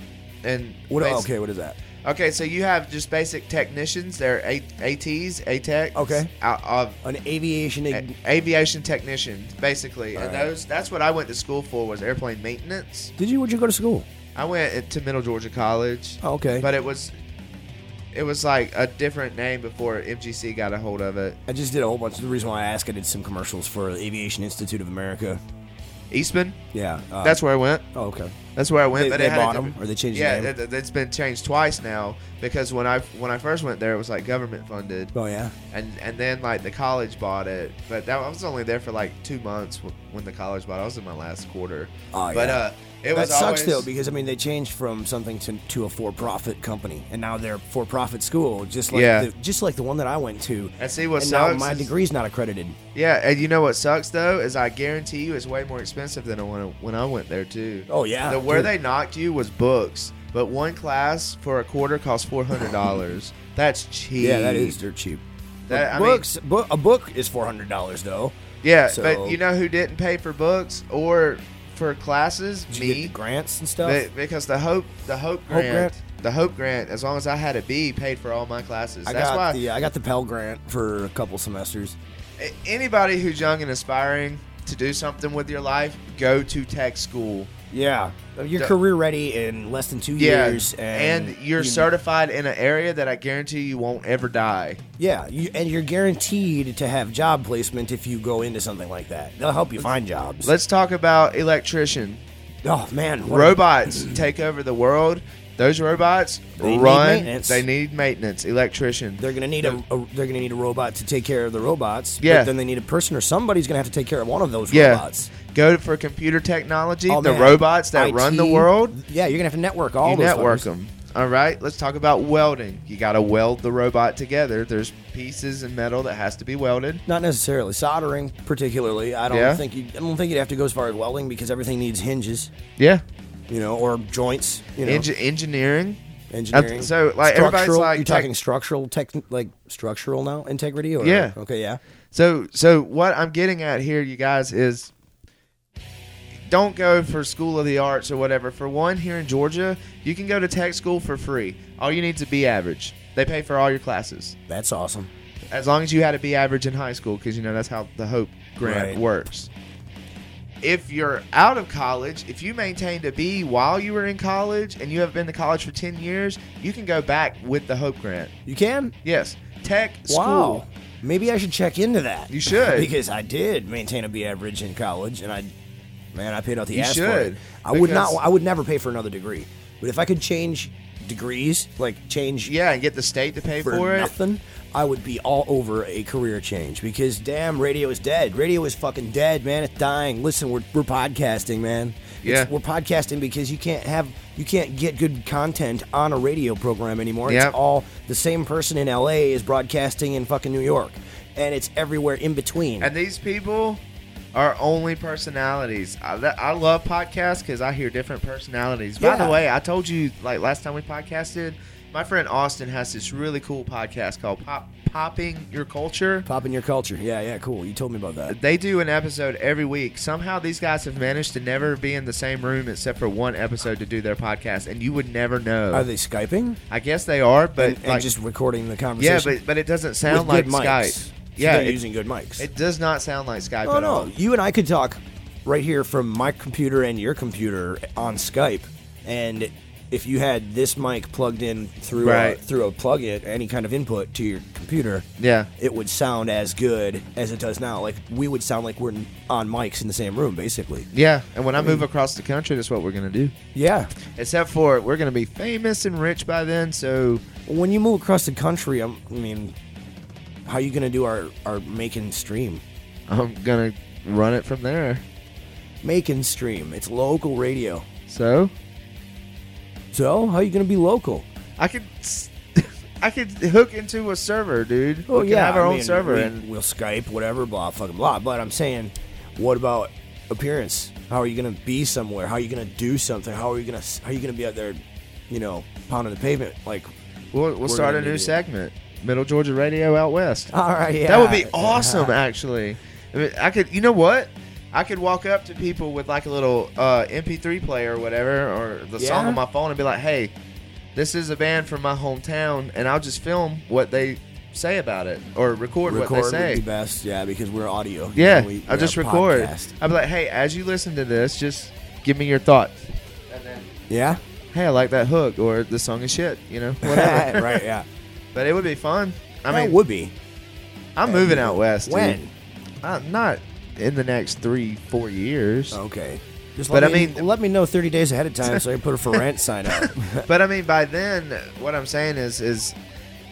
[SPEAKER 3] and
[SPEAKER 2] what?
[SPEAKER 3] basi-
[SPEAKER 2] Okay, what is that?
[SPEAKER 3] Okay, so you have just basic technicians. They're A- ATs, ATECs.
[SPEAKER 2] Okay.
[SPEAKER 3] Out of
[SPEAKER 2] An aviation. Ig-
[SPEAKER 3] a- aviation technician, basically. and
[SPEAKER 2] Alright.
[SPEAKER 3] those that's what I went to school for was airplane maintenance.
[SPEAKER 2] Did you? Where'd you go to school?
[SPEAKER 3] I went to Middle Georgia College.
[SPEAKER 2] Oh, okay.
[SPEAKER 3] But it was it was like a different name before MGC got a hold of it.
[SPEAKER 2] I just did a whole bunch. The reason why I asked, I did some commercials for the Aviation Institute of America.
[SPEAKER 3] Eastman.
[SPEAKER 2] Yeah. Uh,
[SPEAKER 3] That's where I went.
[SPEAKER 2] Oh, okay.
[SPEAKER 3] That's where I went.
[SPEAKER 2] They-
[SPEAKER 3] but
[SPEAKER 2] they
[SPEAKER 3] it had a
[SPEAKER 2] bought 'em,
[SPEAKER 3] different-
[SPEAKER 2] or they changed the
[SPEAKER 3] Yeah,
[SPEAKER 2] name?
[SPEAKER 3] it, it- it's been changed twice now because when I when I first went there, it was like government funded,
[SPEAKER 2] Oh yeah.
[SPEAKER 3] and and then like the college bought it. But that, I was only there for like two months wh- when the college bought. it. I was in my last quarter.
[SPEAKER 2] Oh,
[SPEAKER 3] But
[SPEAKER 2] yeah.
[SPEAKER 3] uh, it
[SPEAKER 2] that
[SPEAKER 3] was
[SPEAKER 2] sucks
[SPEAKER 3] always,
[SPEAKER 2] though because I mean they changed from something to, to a for-profit company and now they're for-profit school just like
[SPEAKER 3] Yeah.
[SPEAKER 2] the, just like the one that I went to.
[SPEAKER 3] And see what
[SPEAKER 2] and now
[SPEAKER 3] sucks
[SPEAKER 2] my
[SPEAKER 3] is-
[SPEAKER 2] degree's not accredited.
[SPEAKER 3] yeah, and you know what sucks though is I guarantee you it's way more expensive than when when I went there too.
[SPEAKER 2] Oh, yeah,
[SPEAKER 3] the, where
[SPEAKER 2] dude.
[SPEAKER 3] they knocked you was books, but one class for a quarter cost four
[SPEAKER 2] <laughs>
[SPEAKER 3] hundred dollars. That's cheap.
[SPEAKER 2] Yeah, that is dirt cheap.
[SPEAKER 3] That- I mean-
[SPEAKER 2] Books, bo- a book is four hundred dollars though.
[SPEAKER 3] Yeah,
[SPEAKER 2] So-
[SPEAKER 3] but you know who didn't pay for books or for classes?
[SPEAKER 2] Did you get
[SPEAKER 3] Me.
[SPEAKER 2] the grants and stuff.
[SPEAKER 3] Be- because the hope, the hope grant,
[SPEAKER 2] grant?
[SPEAKER 3] the hope grant. As long as I had a B, paid for all my classes.
[SPEAKER 2] I
[SPEAKER 3] That's
[SPEAKER 2] got
[SPEAKER 3] why
[SPEAKER 2] the uh, I got the Pell Grant for a couple semesters.
[SPEAKER 3] a- anybody who's young and aspiring to do something with your life, go to tech school.
[SPEAKER 2] Yeah, you're
[SPEAKER 3] The-
[SPEAKER 2] career ready in less than two
[SPEAKER 3] Yeah,
[SPEAKER 2] years, and,
[SPEAKER 3] and, you're
[SPEAKER 2] you-
[SPEAKER 3] certified in an area that I guarantee you won't ever die.
[SPEAKER 2] Yeah, you, and you're guaranteed to have job placement if you go into something like that. They'll help you find jobs.
[SPEAKER 3] Let's talk about electrician.
[SPEAKER 2] oh man, what a-
[SPEAKER 3] robots take over the world. Those robots
[SPEAKER 2] They need
[SPEAKER 3] run.
[SPEAKER 2] maintenance.
[SPEAKER 3] they need maintenance. Electrician.
[SPEAKER 2] They're gonna need a, a they're gonna need a robot to take care of the robots. but
[SPEAKER 3] Yeah.
[SPEAKER 2] then they need a person or somebody's gonna have to take care of one of those
[SPEAKER 3] Yeah.
[SPEAKER 2] robots.
[SPEAKER 3] Go for computer technology,
[SPEAKER 2] Oh,
[SPEAKER 3] the
[SPEAKER 2] man.
[SPEAKER 3] robots that
[SPEAKER 2] IT,
[SPEAKER 3] run the world.
[SPEAKER 2] Yeah, you're gonna have to network all
[SPEAKER 3] you
[SPEAKER 2] those.
[SPEAKER 3] network
[SPEAKER 2] fuckers.
[SPEAKER 3] them. All right, let's talk about welding. You got to weld the robot together. There's pieces in metal that has to be welded.
[SPEAKER 2] Not necessarily soldering, particularly. I don't
[SPEAKER 3] Yeah.
[SPEAKER 2] think you. I don't think you'd have to go as far as welding because everything needs hinges,
[SPEAKER 3] Yeah.
[SPEAKER 2] you know, or joints, you know,
[SPEAKER 3] Eng- engineering.
[SPEAKER 2] engineering.
[SPEAKER 3] Uh, so, like,
[SPEAKER 2] structural,
[SPEAKER 3] everybody's like
[SPEAKER 2] you're
[SPEAKER 3] tech-
[SPEAKER 2] talking structural, tech, like structural now integrity, or
[SPEAKER 3] Yeah.
[SPEAKER 2] okay, yeah,
[SPEAKER 3] So so what I'm getting at here, you guys, is don't go for school of the arts or whatever. For one, here in Georgia, you can go to tech school for free. All you need to be average. They pay for all your classes.
[SPEAKER 2] that's awesome.
[SPEAKER 3] as long as you had to be average in high school because you know that's how the hope grant
[SPEAKER 2] Right.
[SPEAKER 3] works if you're out of college if you maintained a b while you were in college and you have been to college for 10 years you can go back with the hope grant
[SPEAKER 2] You can.
[SPEAKER 3] yes tech school
[SPEAKER 2] Wow. Maybe I should check into that.
[SPEAKER 3] You should.
[SPEAKER 2] because I did maintain a B average in college, and I, man, I paid out the
[SPEAKER 3] You
[SPEAKER 2] ass for
[SPEAKER 3] should,
[SPEAKER 2] it. I would not.
[SPEAKER 3] because-
[SPEAKER 2] I would never pay for another degree. But if I could change degrees, like change
[SPEAKER 3] yeah and get the state to pay for,
[SPEAKER 2] for,
[SPEAKER 3] it
[SPEAKER 2] nothing, I would be all over a career change because damn, radio is dead. Radio is fucking dead, man. It's dying. Listen, we're, we're podcasting, man. It's-
[SPEAKER 3] Yeah.
[SPEAKER 2] we're podcasting because you can't have you can't get good content on a radio program anymore.
[SPEAKER 3] Yep.
[SPEAKER 2] It's all the same person in LA is broadcasting in fucking New York, and it's everywhere in between.
[SPEAKER 3] and these people are only personalities. I, that- I love podcasts because I hear different personalities. By
[SPEAKER 2] Yeah.
[SPEAKER 3] the way, I told you like last time we podcasted, my friend Austin has this really cool podcast called Pop Popping Your Culture.
[SPEAKER 2] Popping your culture, yeah, yeah, cool. You told me about that.
[SPEAKER 3] They do an episode every week. Somehow these guys have managed to never be in the same room except for one episode to do their podcast, and you would never know.
[SPEAKER 2] Are they skyping
[SPEAKER 3] I guess they are, but
[SPEAKER 2] and, and
[SPEAKER 3] like-
[SPEAKER 2] just recording the
[SPEAKER 3] yeah,
[SPEAKER 2] conversation?
[SPEAKER 3] but but it doesn't sound
[SPEAKER 2] with
[SPEAKER 3] like
[SPEAKER 2] good mics.
[SPEAKER 3] Skype.
[SPEAKER 2] So
[SPEAKER 3] Yeah,
[SPEAKER 2] they're
[SPEAKER 3] it,
[SPEAKER 2] using good mics.
[SPEAKER 3] it does not sound like Skype
[SPEAKER 2] Oh
[SPEAKER 3] at all.
[SPEAKER 2] no, you and I could talk right here from my computer and your computer on Skype, and if you had this mic plugged in through a,
[SPEAKER 3] Right.
[SPEAKER 2] through a plug-in, any kind of input to your computer,
[SPEAKER 3] Yeah.
[SPEAKER 2] it would sound as good as it does now. Like we would sound like we're on mics in the same room, basically.
[SPEAKER 3] Yeah, and when I move across the country, that's what we're gonna do.
[SPEAKER 2] Yeah.
[SPEAKER 3] Except for we're gonna be famous and rich by then, so
[SPEAKER 2] When you move across the country, I'm, I mean, how you gonna do our our making stream?
[SPEAKER 3] I'm gonna run it from there.
[SPEAKER 2] Making stream. It's local radio.
[SPEAKER 3] So
[SPEAKER 2] So how you gonna be local?
[SPEAKER 3] I could, s- <laughs> I could hook into a server, dude.
[SPEAKER 2] Oh
[SPEAKER 3] we could
[SPEAKER 2] yeah,
[SPEAKER 3] have our
[SPEAKER 2] I
[SPEAKER 3] own
[SPEAKER 2] mean,
[SPEAKER 3] server,
[SPEAKER 2] we,
[SPEAKER 3] and
[SPEAKER 2] we'll Skype, whatever, blah, fucking blah. But I'm saying, what about appearance? How are you gonna be somewhere? How are you gonna do something? How are you gonna how are you gonna be out there, you know, pounding the pavement?
[SPEAKER 3] <laughs>
[SPEAKER 2] Like,
[SPEAKER 3] we'll, we'll start
[SPEAKER 2] gonna
[SPEAKER 3] a new
[SPEAKER 2] need it. Ah,
[SPEAKER 3] segment, Middle Georgia Radio Out West.
[SPEAKER 2] all right, yeah,
[SPEAKER 3] That would <laughs> be awesome, actually. I, mean, I could, you know what? I could walk up to people with like a little uh, MP3 player or whatever, or the
[SPEAKER 2] Yeah.
[SPEAKER 3] song on my phone, and be like, "Hey, this is a band from my hometown, and I'll just film what they say about it or record,
[SPEAKER 2] Record
[SPEAKER 3] what they say.
[SPEAKER 2] would be best, yeah, because we're audio. you
[SPEAKER 3] Yeah,
[SPEAKER 2] know, we-
[SPEAKER 3] I'll
[SPEAKER 2] we're
[SPEAKER 3] just
[SPEAKER 2] a
[SPEAKER 3] record.
[SPEAKER 2] podcast.
[SPEAKER 3] I'll be like, hey, as you listen to this, just give me your thoughts. And then,
[SPEAKER 2] Yeah,
[SPEAKER 3] hey, I like that hook, or this song is shit, you know, whatever.
[SPEAKER 2] <laughs> right, yeah.
[SPEAKER 3] But it would be fun. I
[SPEAKER 2] That
[SPEAKER 3] mean,
[SPEAKER 2] would be
[SPEAKER 3] I'm moving out west. dude.
[SPEAKER 2] when?
[SPEAKER 3] I'm not in the next three, four years.
[SPEAKER 2] Okay, just
[SPEAKER 3] But
[SPEAKER 2] let
[SPEAKER 3] I
[SPEAKER 2] me,
[SPEAKER 3] mean-
[SPEAKER 2] let me know thirty days ahead of time so I can put a for rent sign
[SPEAKER 3] <laughs>
[SPEAKER 2] up.
[SPEAKER 3] <laughs> But I mean, by then, what I'm saying is, is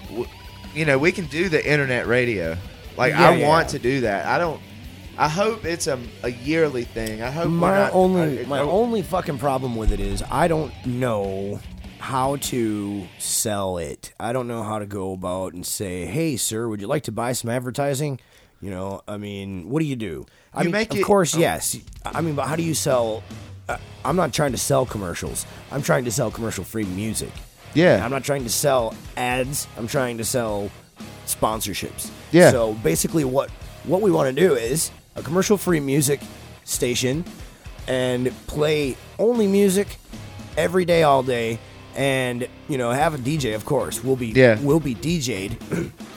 [SPEAKER 3] w- you know, we can do the internet radio. Like
[SPEAKER 2] Yeah,
[SPEAKER 3] I
[SPEAKER 2] yeah.
[SPEAKER 3] want to do that. I don't. I hope it's a, a yearly thing. I hope we're
[SPEAKER 2] my
[SPEAKER 3] not- uh,
[SPEAKER 2] only
[SPEAKER 3] I-
[SPEAKER 2] my
[SPEAKER 3] I-
[SPEAKER 2] only fucking problem with it is I don't know how to sell it. I don't know how to go about and say, "Hey, sir, would you like to buy some advertising?" You know, I mean, what do you do? I
[SPEAKER 3] You
[SPEAKER 2] mean,
[SPEAKER 3] make
[SPEAKER 2] of
[SPEAKER 3] it-
[SPEAKER 2] course, yes. I mean, but how do you sell? Uh, I'm not trying to sell commercials. I'm trying to sell commercial-free music.
[SPEAKER 3] Yeah.
[SPEAKER 2] I'm not trying to sell ads. I'm trying to sell sponsorships.
[SPEAKER 3] Yeah.
[SPEAKER 2] So basically, what what we want to do is a commercial-free music station, and play only music every day, all day, and you know have a DJ. Of course, we'll be
[SPEAKER 3] Yeah.
[SPEAKER 2] we'll be DJ'd,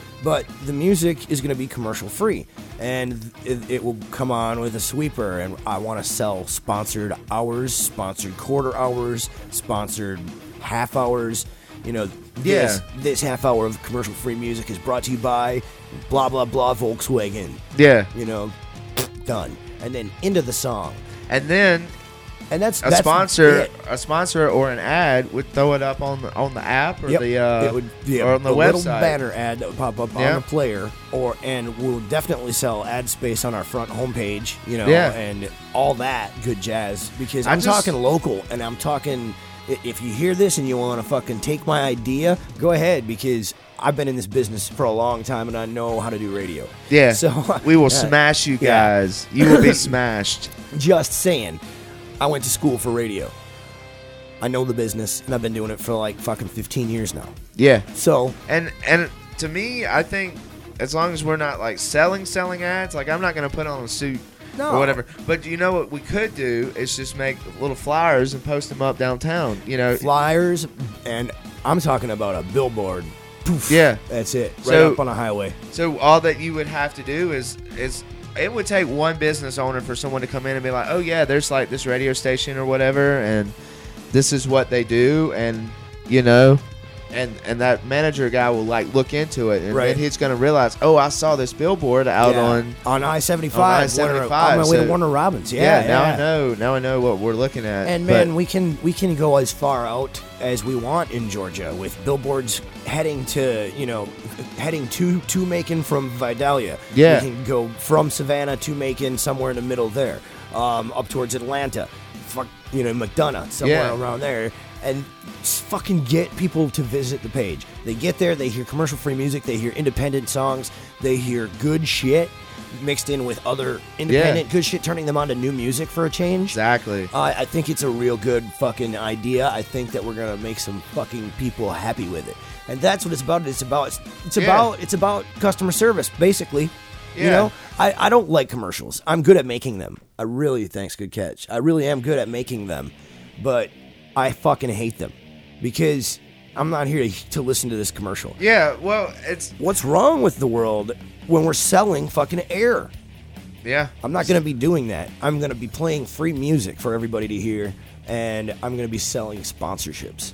[SPEAKER 2] <clears throat> but the music is going to be commercial-free, and it, it will come on with a sweeper. And I want to sell sponsored hours, sponsored quarter hours, sponsored half hours. You know, this,
[SPEAKER 3] Yeah.
[SPEAKER 2] this half hour of commercial-free music is brought to you by blah blah blah Volkswagen.
[SPEAKER 3] Yeah.
[SPEAKER 2] You know, done, and then into the song,
[SPEAKER 3] And then
[SPEAKER 2] and that's
[SPEAKER 3] a
[SPEAKER 2] that's
[SPEAKER 3] sponsor,
[SPEAKER 2] it.
[SPEAKER 3] a sponsor or an ad would throw it up on the on the app or
[SPEAKER 2] Yep.
[SPEAKER 3] the uh,
[SPEAKER 2] it would yeah,
[SPEAKER 3] or on the
[SPEAKER 2] a little
[SPEAKER 3] website.
[SPEAKER 2] banner ad that would pop up
[SPEAKER 3] Yeah.
[SPEAKER 2] on the player, or and we'll definitely sell ad space on our front homepage, you know,
[SPEAKER 3] Yeah.
[SPEAKER 2] and all that good jazz. Because
[SPEAKER 3] I
[SPEAKER 2] I'm
[SPEAKER 3] just-
[SPEAKER 2] talking local, and I'm talking. i- If you hear this and you want to fucking take my idea, go ahead because I've been in this business for a long time and I know how to do radio. <laughs>
[SPEAKER 3] Yeah.
[SPEAKER 2] So
[SPEAKER 3] we will
[SPEAKER 2] uh,
[SPEAKER 3] smash you
[SPEAKER 2] yeah.
[SPEAKER 3] guys. You
[SPEAKER 2] <laughs>
[SPEAKER 3] will be smashed.
[SPEAKER 2] Just saying, I went to school for radio. I know the business and I've been doing it for like fucking 15 years now.
[SPEAKER 3] Yeah.
[SPEAKER 2] So
[SPEAKER 3] And and to me, I think as long as we're not like selling selling ads, like I'm not gonna put on a suit
[SPEAKER 2] No.
[SPEAKER 3] or whatever. But you know what we could do is just make little flyers and post them up downtown. You know,
[SPEAKER 2] flyers, and I'm talking about a billboard. Poof.
[SPEAKER 3] Yeah.
[SPEAKER 2] that's it. Right
[SPEAKER 3] So-
[SPEAKER 2] up on a highway.
[SPEAKER 3] so all that you would have to do is is it would take one business owner for someone to come in and be like, oh yeah, there's like this radio station or whatever, and this is what they do, and you know. And, and that manager guy will like look into it, and
[SPEAKER 2] Right.
[SPEAKER 3] then he's gonna realize, oh, I saw this billboard out
[SPEAKER 2] Yeah.
[SPEAKER 3] on
[SPEAKER 2] on I seventy
[SPEAKER 3] on
[SPEAKER 2] five.
[SPEAKER 3] I-75,
[SPEAKER 2] on my way
[SPEAKER 3] so-
[SPEAKER 2] to Warner Robbins.
[SPEAKER 3] yeah,
[SPEAKER 2] Yeah,
[SPEAKER 3] now
[SPEAKER 2] yeah.
[SPEAKER 3] I know. Now I know what we're looking at.
[SPEAKER 2] And
[SPEAKER 3] but-
[SPEAKER 2] man, we can we can go as far out as we want in Georgia with billboards heading to you know heading to to Macon from Vidalia.
[SPEAKER 3] Yeah.
[SPEAKER 2] we can go from Savannah to Macon somewhere in the middle there, um, up towards Atlanta, fuck you know McDonough somewhere
[SPEAKER 3] Yeah.
[SPEAKER 2] around there, and s- fucking get people to visit the page. They get there, they hear commercial free music, they hear independent songs, they hear good shit mixed in with other independent good shit, turning them on to new music for a change.
[SPEAKER 3] exactly.
[SPEAKER 2] I, I think it's a real good fucking idea. I think that we're gonna make some fucking people happy with it, and that's what it's about. It's about it's, it's
[SPEAKER 3] Yeah.
[SPEAKER 2] about it's about customer service, basically. You
[SPEAKER 3] Yeah.
[SPEAKER 2] know, I, I don't like commercials. I'm good at making them. I really thanks, good catch. I really am good at making them, but I fucking hate them because I'm not here to, to listen to this commercial.
[SPEAKER 3] yeah. Well, it's
[SPEAKER 2] What's wrong with the world when we're selling fucking air?
[SPEAKER 3] yeah.
[SPEAKER 2] I'm not going to be doing that. I'm going to be playing free music for everybody to hear, and I'm going to be selling sponsorships.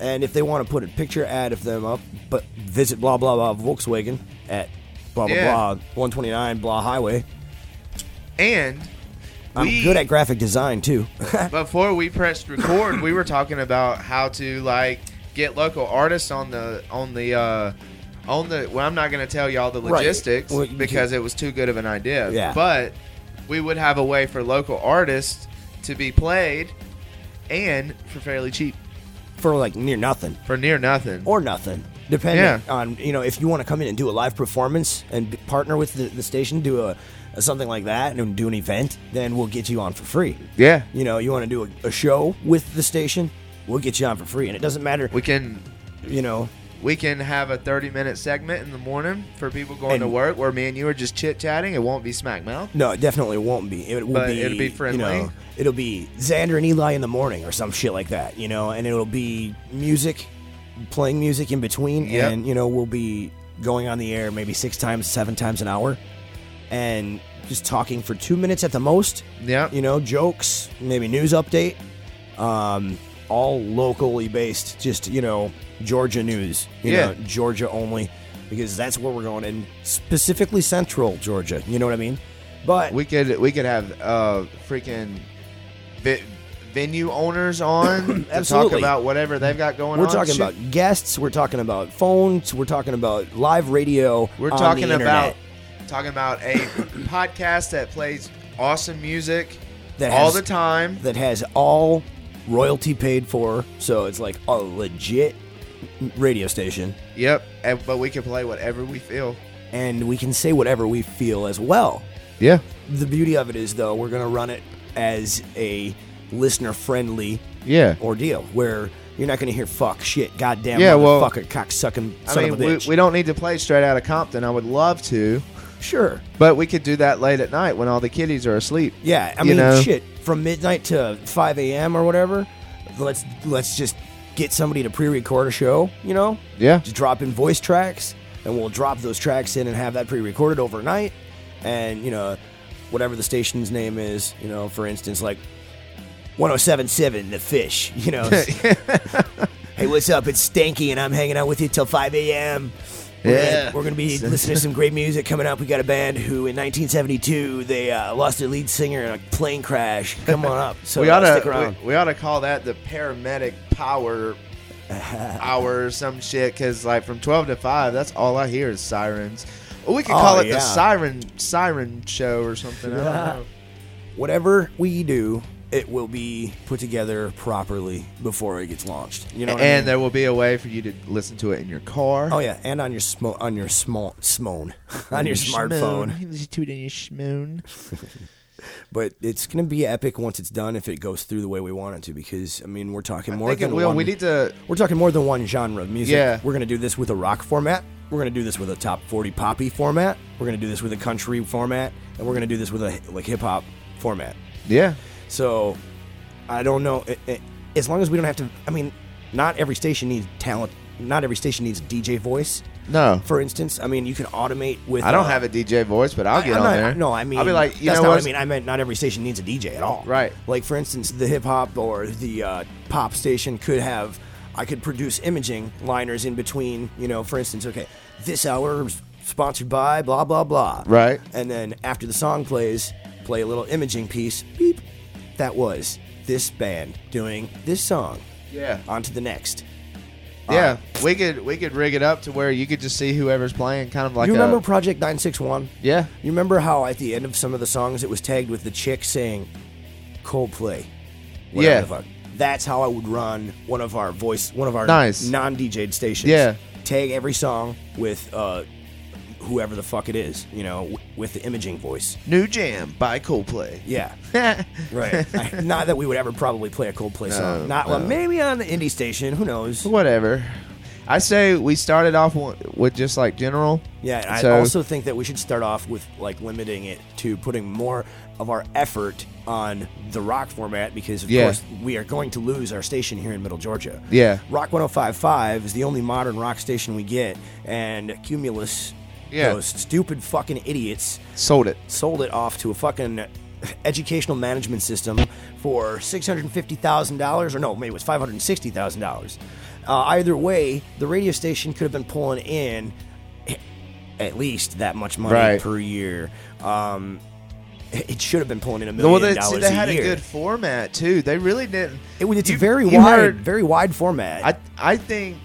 [SPEAKER 2] And if they want to put a picture ad of them up, but visit blah blah blah Volkswagen at blah blah
[SPEAKER 3] Yeah.
[SPEAKER 2] blah 129 blah highway.
[SPEAKER 3] And
[SPEAKER 2] I'm
[SPEAKER 3] we-
[SPEAKER 2] good at graphic design too. <laughs>
[SPEAKER 3] before we pressed record, we were talking about how to like get local artists on the on the uh on the well I'm not going to tell y'all the
[SPEAKER 2] Right.
[SPEAKER 3] logistics
[SPEAKER 2] Well, you
[SPEAKER 3] because it was too good of an idea.
[SPEAKER 2] Yeah.
[SPEAKER 3] But we would have a way for local artists to be played and for fairly cheap
[SPEAKER 2] for like near nothing
[SPEAKER 3] for near nothing.
[SPEAKER 2] or nothing, depending
[SPEAKER 3] Yeah.
[SPEAKER 2] on you know if you want to come in and do a live performance and b- partner with the, the station, do a, a something like that and do an event, then we'll get you on for free.
[SPEAKER 3] yeah.
[SPEAKER 2] You know, you want to do a, a show with the station, we'll get you on for free. And it doesn't matter,
[SPEAKER 3] We can
[SPEAKER 2] you know,
[SPEAKER 3] we can have a 30 minute segment in the morning for people going
[SPEAKER 2] And-
[SPEAKER 3] to work where me and you are just chit chatting. It won't be smack mouth.
[SPEAKER 2] no, it definitely won't be. It will
[SPEAKER 3] But
[SPEAKER 2] be,
[SPEAKER 3] it'll be friendly.
[SPEAKER 2] You know, it'll be Xander and Eli in the morning or some shit like that, you know, and it'll be music playing music in between,
[SPEAKER 3] Yep.
[SPEAKER 2] and you know we'll be going on the air maybe six times, seven times an hour, and just talking for two minutes at the most.
[SPEAKER 3] Yep.
[SPEAKER 2] You know, jokes, maybe news update, um, all locally based. Just you know, Georgia news. You
[SPEAKER 3] Yeah.
[SPEAKER 2] know, Georgia only, because that's where we're going, and specifically Central Georgia. You know what I mean? But
[SPEAKER 3] We could we could have uh freaking vi- venue
[SPEAKER 2] <coughs>
[SPEAKER 3] owners on to talk
[SPEAKER 2] Absolutely.
[SPEAKER 3] about whatever they've got going
[SPEAKER 2] We're
[SPEAKER 3] on.
[SPEAKER 2] talking
[SPEAKER 3] Shoot.
[SPEAKER 2] about guests. We're talking about phones. We're talking about live radio.
[SPEAKER 3] we're
[SPEAKER 2] on
[SPEAKER 3] talking
[SPEAKER 2] the
[SPEAKER 3] about
[SPEAKER 2] internet
[SPEAKER 3] talking about a <coughs> podcast that plays awesome music
[SPEAKER 2] That
[SPEAKER 3] all
[SPEAKER 2] has-
[SPEAKER 3] the time.
[SPEAKER 2] that has all royalty paid for. So it's like a legit radio station,
[SPEAKER 3] Yep, and, but we can play whatever we feel.
[SPEAKER 2] and we can say whatever we feel as well.
[SPEAKER 3] Yeah.
[SPEAKER 2] The beauty of it is, though, we're gonna run it as a listener-friendly
[SPEAKER 3] Yeah.
[SPEAKER 2] ordeal where you're not gonna hear fuck, shit, goddamn,
[SPEAKER 3] Yeah, well-
[SPEAKER 2] motherfucker, cocksucking son
[SPEAKER 3] I mean,
[SPEAKER 2] of a
[SPEAKER 3] we,
[SPEAKER 2] bitch.
[SPEAKER 3] we don't need to play straight out of Compton. I would love to,
[SPEAKER 2] sure.
[SPEAKER 3] but we could do that late at night when all the kiddies are asleep.
[SPEAKER 2] Yeah, I
[SPEAKER 3] You
[SPEAKER 2] mean,
[SPEAKER 3] know?
[SPEAKER 2] shit, from midnight to five a.m. or whatever. Let's let's just get somebody to pre-record a show. You know,
[SPEAKER 3] Yeah.
[SPEAKER 2] just drop in voice tracks, and we'll drop those tracks in and have that pre-recorded overnight. And you know, whatever the station's name is, you know, for instance, like 107.7 The Fish. You know,
[SPEAKER 3] <laughs>
[SPEAKER 2] hey, what's up? It's Stanky, and I'm hanging out with you till five a.m. We're gonna-
[SPEAKER 3] Yeah.
[SPEAKER 2] we're gonna
[SPEAKER 3] <laughs>
[SPEAKER 2] be listening to some great music coming up. We got a band who, in 1972, they uh, lost their lead singer in a plane crash. Come on
[SPEAKER 3] <laughs>
[SPEAKER 2] up, so
[SPEAKER 3] we
[SPEAKER 2] uh,
[SPEAKER 3] ought to
[SPEAKER 2] stick around.
[SPEAKER 3] We, we ought to call that the paramedic
[SPEAKER 2] <laughs>
[SPEAKER 3] power hour or some shit because like from twelve to five, that's all I hear is sirens. Or we could
[SPEAKER 2] Oh,
[SPEAKER 3] call it
[SPEAKER 2] yeah.
[SPEAKER 3] the siren siren show or something. I don't know.
[SPEAKER 2] Whatever we do, it will be put together properly before it gets launched. You know, what I
[SPEAKER 3] and
[SPEAKER 2] mean?
[SPEAKER 3] there will be a way for you to listen to it in your car.
[SPEAKER 2] oh yeah, and on your smo- on your small smone <laughs> on your smartphone.
[SPEAKER 3] Schmoon. Listen to it in your schmoon.
[SPEAKER 2] But it's gonna be epic once it's done if it goes through the way we want it to. Because I mean, we're talking
[SPEAKER 3] I
[SPEAKER 2] more
[SPEAKER 3] think
[SPEAKER 2] than
[SPEAKER 3] it will.
[SPEAKER 2] one.
[SPEAKER 3] We need to.
[SPEAKER 2] We're talking more than one genre of music.
[SPEAKER 3] Yeah.
[SPEAKER 2] We're going to do this with a rock format. We're going to do this with a top 40 poppy format. We're going to do this with a country format. And we're going to do this with a like hip hop format.
[SPEAKER 3] Yeah.
[SPEAKER 2] So I don't know. It, it, as long as we don't have to, I mean, not every station needs talent. Not every station needs a DJ voice.
[SPEAKER 3] No.
[SPEAKER 2] For instance, I mean, you can automate with.
[SPEAKER 3] I don't
[SPEAKER 2] uh,
[SPEAKER 3] have a DJ voice, but I'll get
[SPEAKER 2] I'm
[SPEAKER 3] on
[SPEAKER 2] not-
[SPEAKER 3] there.
[SPEAKER 2] No, I mean,
[SPEAKER 3] I'll be like, you
[SPEAKER 2] that's
[SPEAKER 3] know
[SPEAKER 2] not
[SPEAKER 3] what?
[SPEAKER 2] I mean. I meant not every station needs a DJ at all.
[SPEAKER 3] Right.
[SPEAKER 2] Like for instance, the hip hop or the uh, pop station could have. I could produce imaging liners in between. You know, for instance, okay, this hour is sponsored by blah blah blah.
[SPEAKER 3] Right.
[SPEAKER 2] And then after the song plays, play a little imaging piece. Beep. That was this band doing this song.
[SPEAKER 3] Yeah.
[SPEAKER 2] On to the next.
[SPEAKER 3] Yeah,
[SPEAKER 2] Uh,
[SPEAKER 3] we could we could rig it up to where you could just see whoever's playing, kind of like
[SPEAKER 2] you
[SPEAKER 3] a-
[SPEAKER 2] remember Project 961?
[SPEAKER 3] Yeah.
[SPEAKER 2] You remember how at the end of some of the songs it was tagged with the chick saying Coldplay? Whatever
[SPEAKER 3] Yeah.
[SPEAKER 2] the fuck. That's how I would run one of our voice, one of our
[SPEAKER 3] Nice.
[SPEAKER 2] non DJ'd stations.
[SPEAKER 3] Yeah.
[SPEAKER 2] Tag every song with uh, whoever the fuck it is, you know, w- with the imaging voice.
[SPEAKER 3] New Jam by Coldplay. <laughs>
[SPEAKER 2] Yeah.
[SPEAKER 3] Yeah.
[SPEAKER 2] Right. I- not that we would ever probably play a Coldplay song. Not well, maybe on the indie station. Who knows?
[SPEAKER 3] Whatever. I say we started off w- with just like general.
[SPEAKER 2] Yeah, and
[SPEAKER 3] So-
[SPEAKER 2] I also think that we should start off with like limiting it to putting more of our effort on the rock format because of
[SPEAKER 3] Yeah.
[SPEAKER 2] course we are going to lose our station here in Middle Georgia.
[SPEAKER 3] Yeah.
[SPEAKER 2] Rock 1055 is the only modern rock station we get and Cumulus
[SPEAKER 3] Yeah.
[SPEAKER 2] those stupid fucking idiots
[SPEAKER 3] Sold it.
[SPEAKER 2] sold it off to a fucking educational management system for $650,000 or no, maybe it was $560,000. Uh, either way, the radio station could have been pulling in at least that much money
[SPEAKER 3] Right.
[SPEAKER 2] per year. Um, it should have been pulling in a
[SPEAKER 3] Well,
[SPEAKER 2] million
[SPEAKER 3] they,
[SPEAKER 2] dollars
[SPEAKER 3] see, they
[SPEAKER 2] a
[SPEAKER 3] had
[SPEAKER 2] year.
[SPEAKER 3] a good format too. They really didn't.
[SPEAKER 2] It was- it's
[SPEAKER 3] You-
[SPEAKER 2] a very
[SPEAKER 3] you
[SPEAKER 2] wide,
[SPEAKER 3] heard-
[SPEAKER 2] very wide format.
[SPEAKER 3] I I think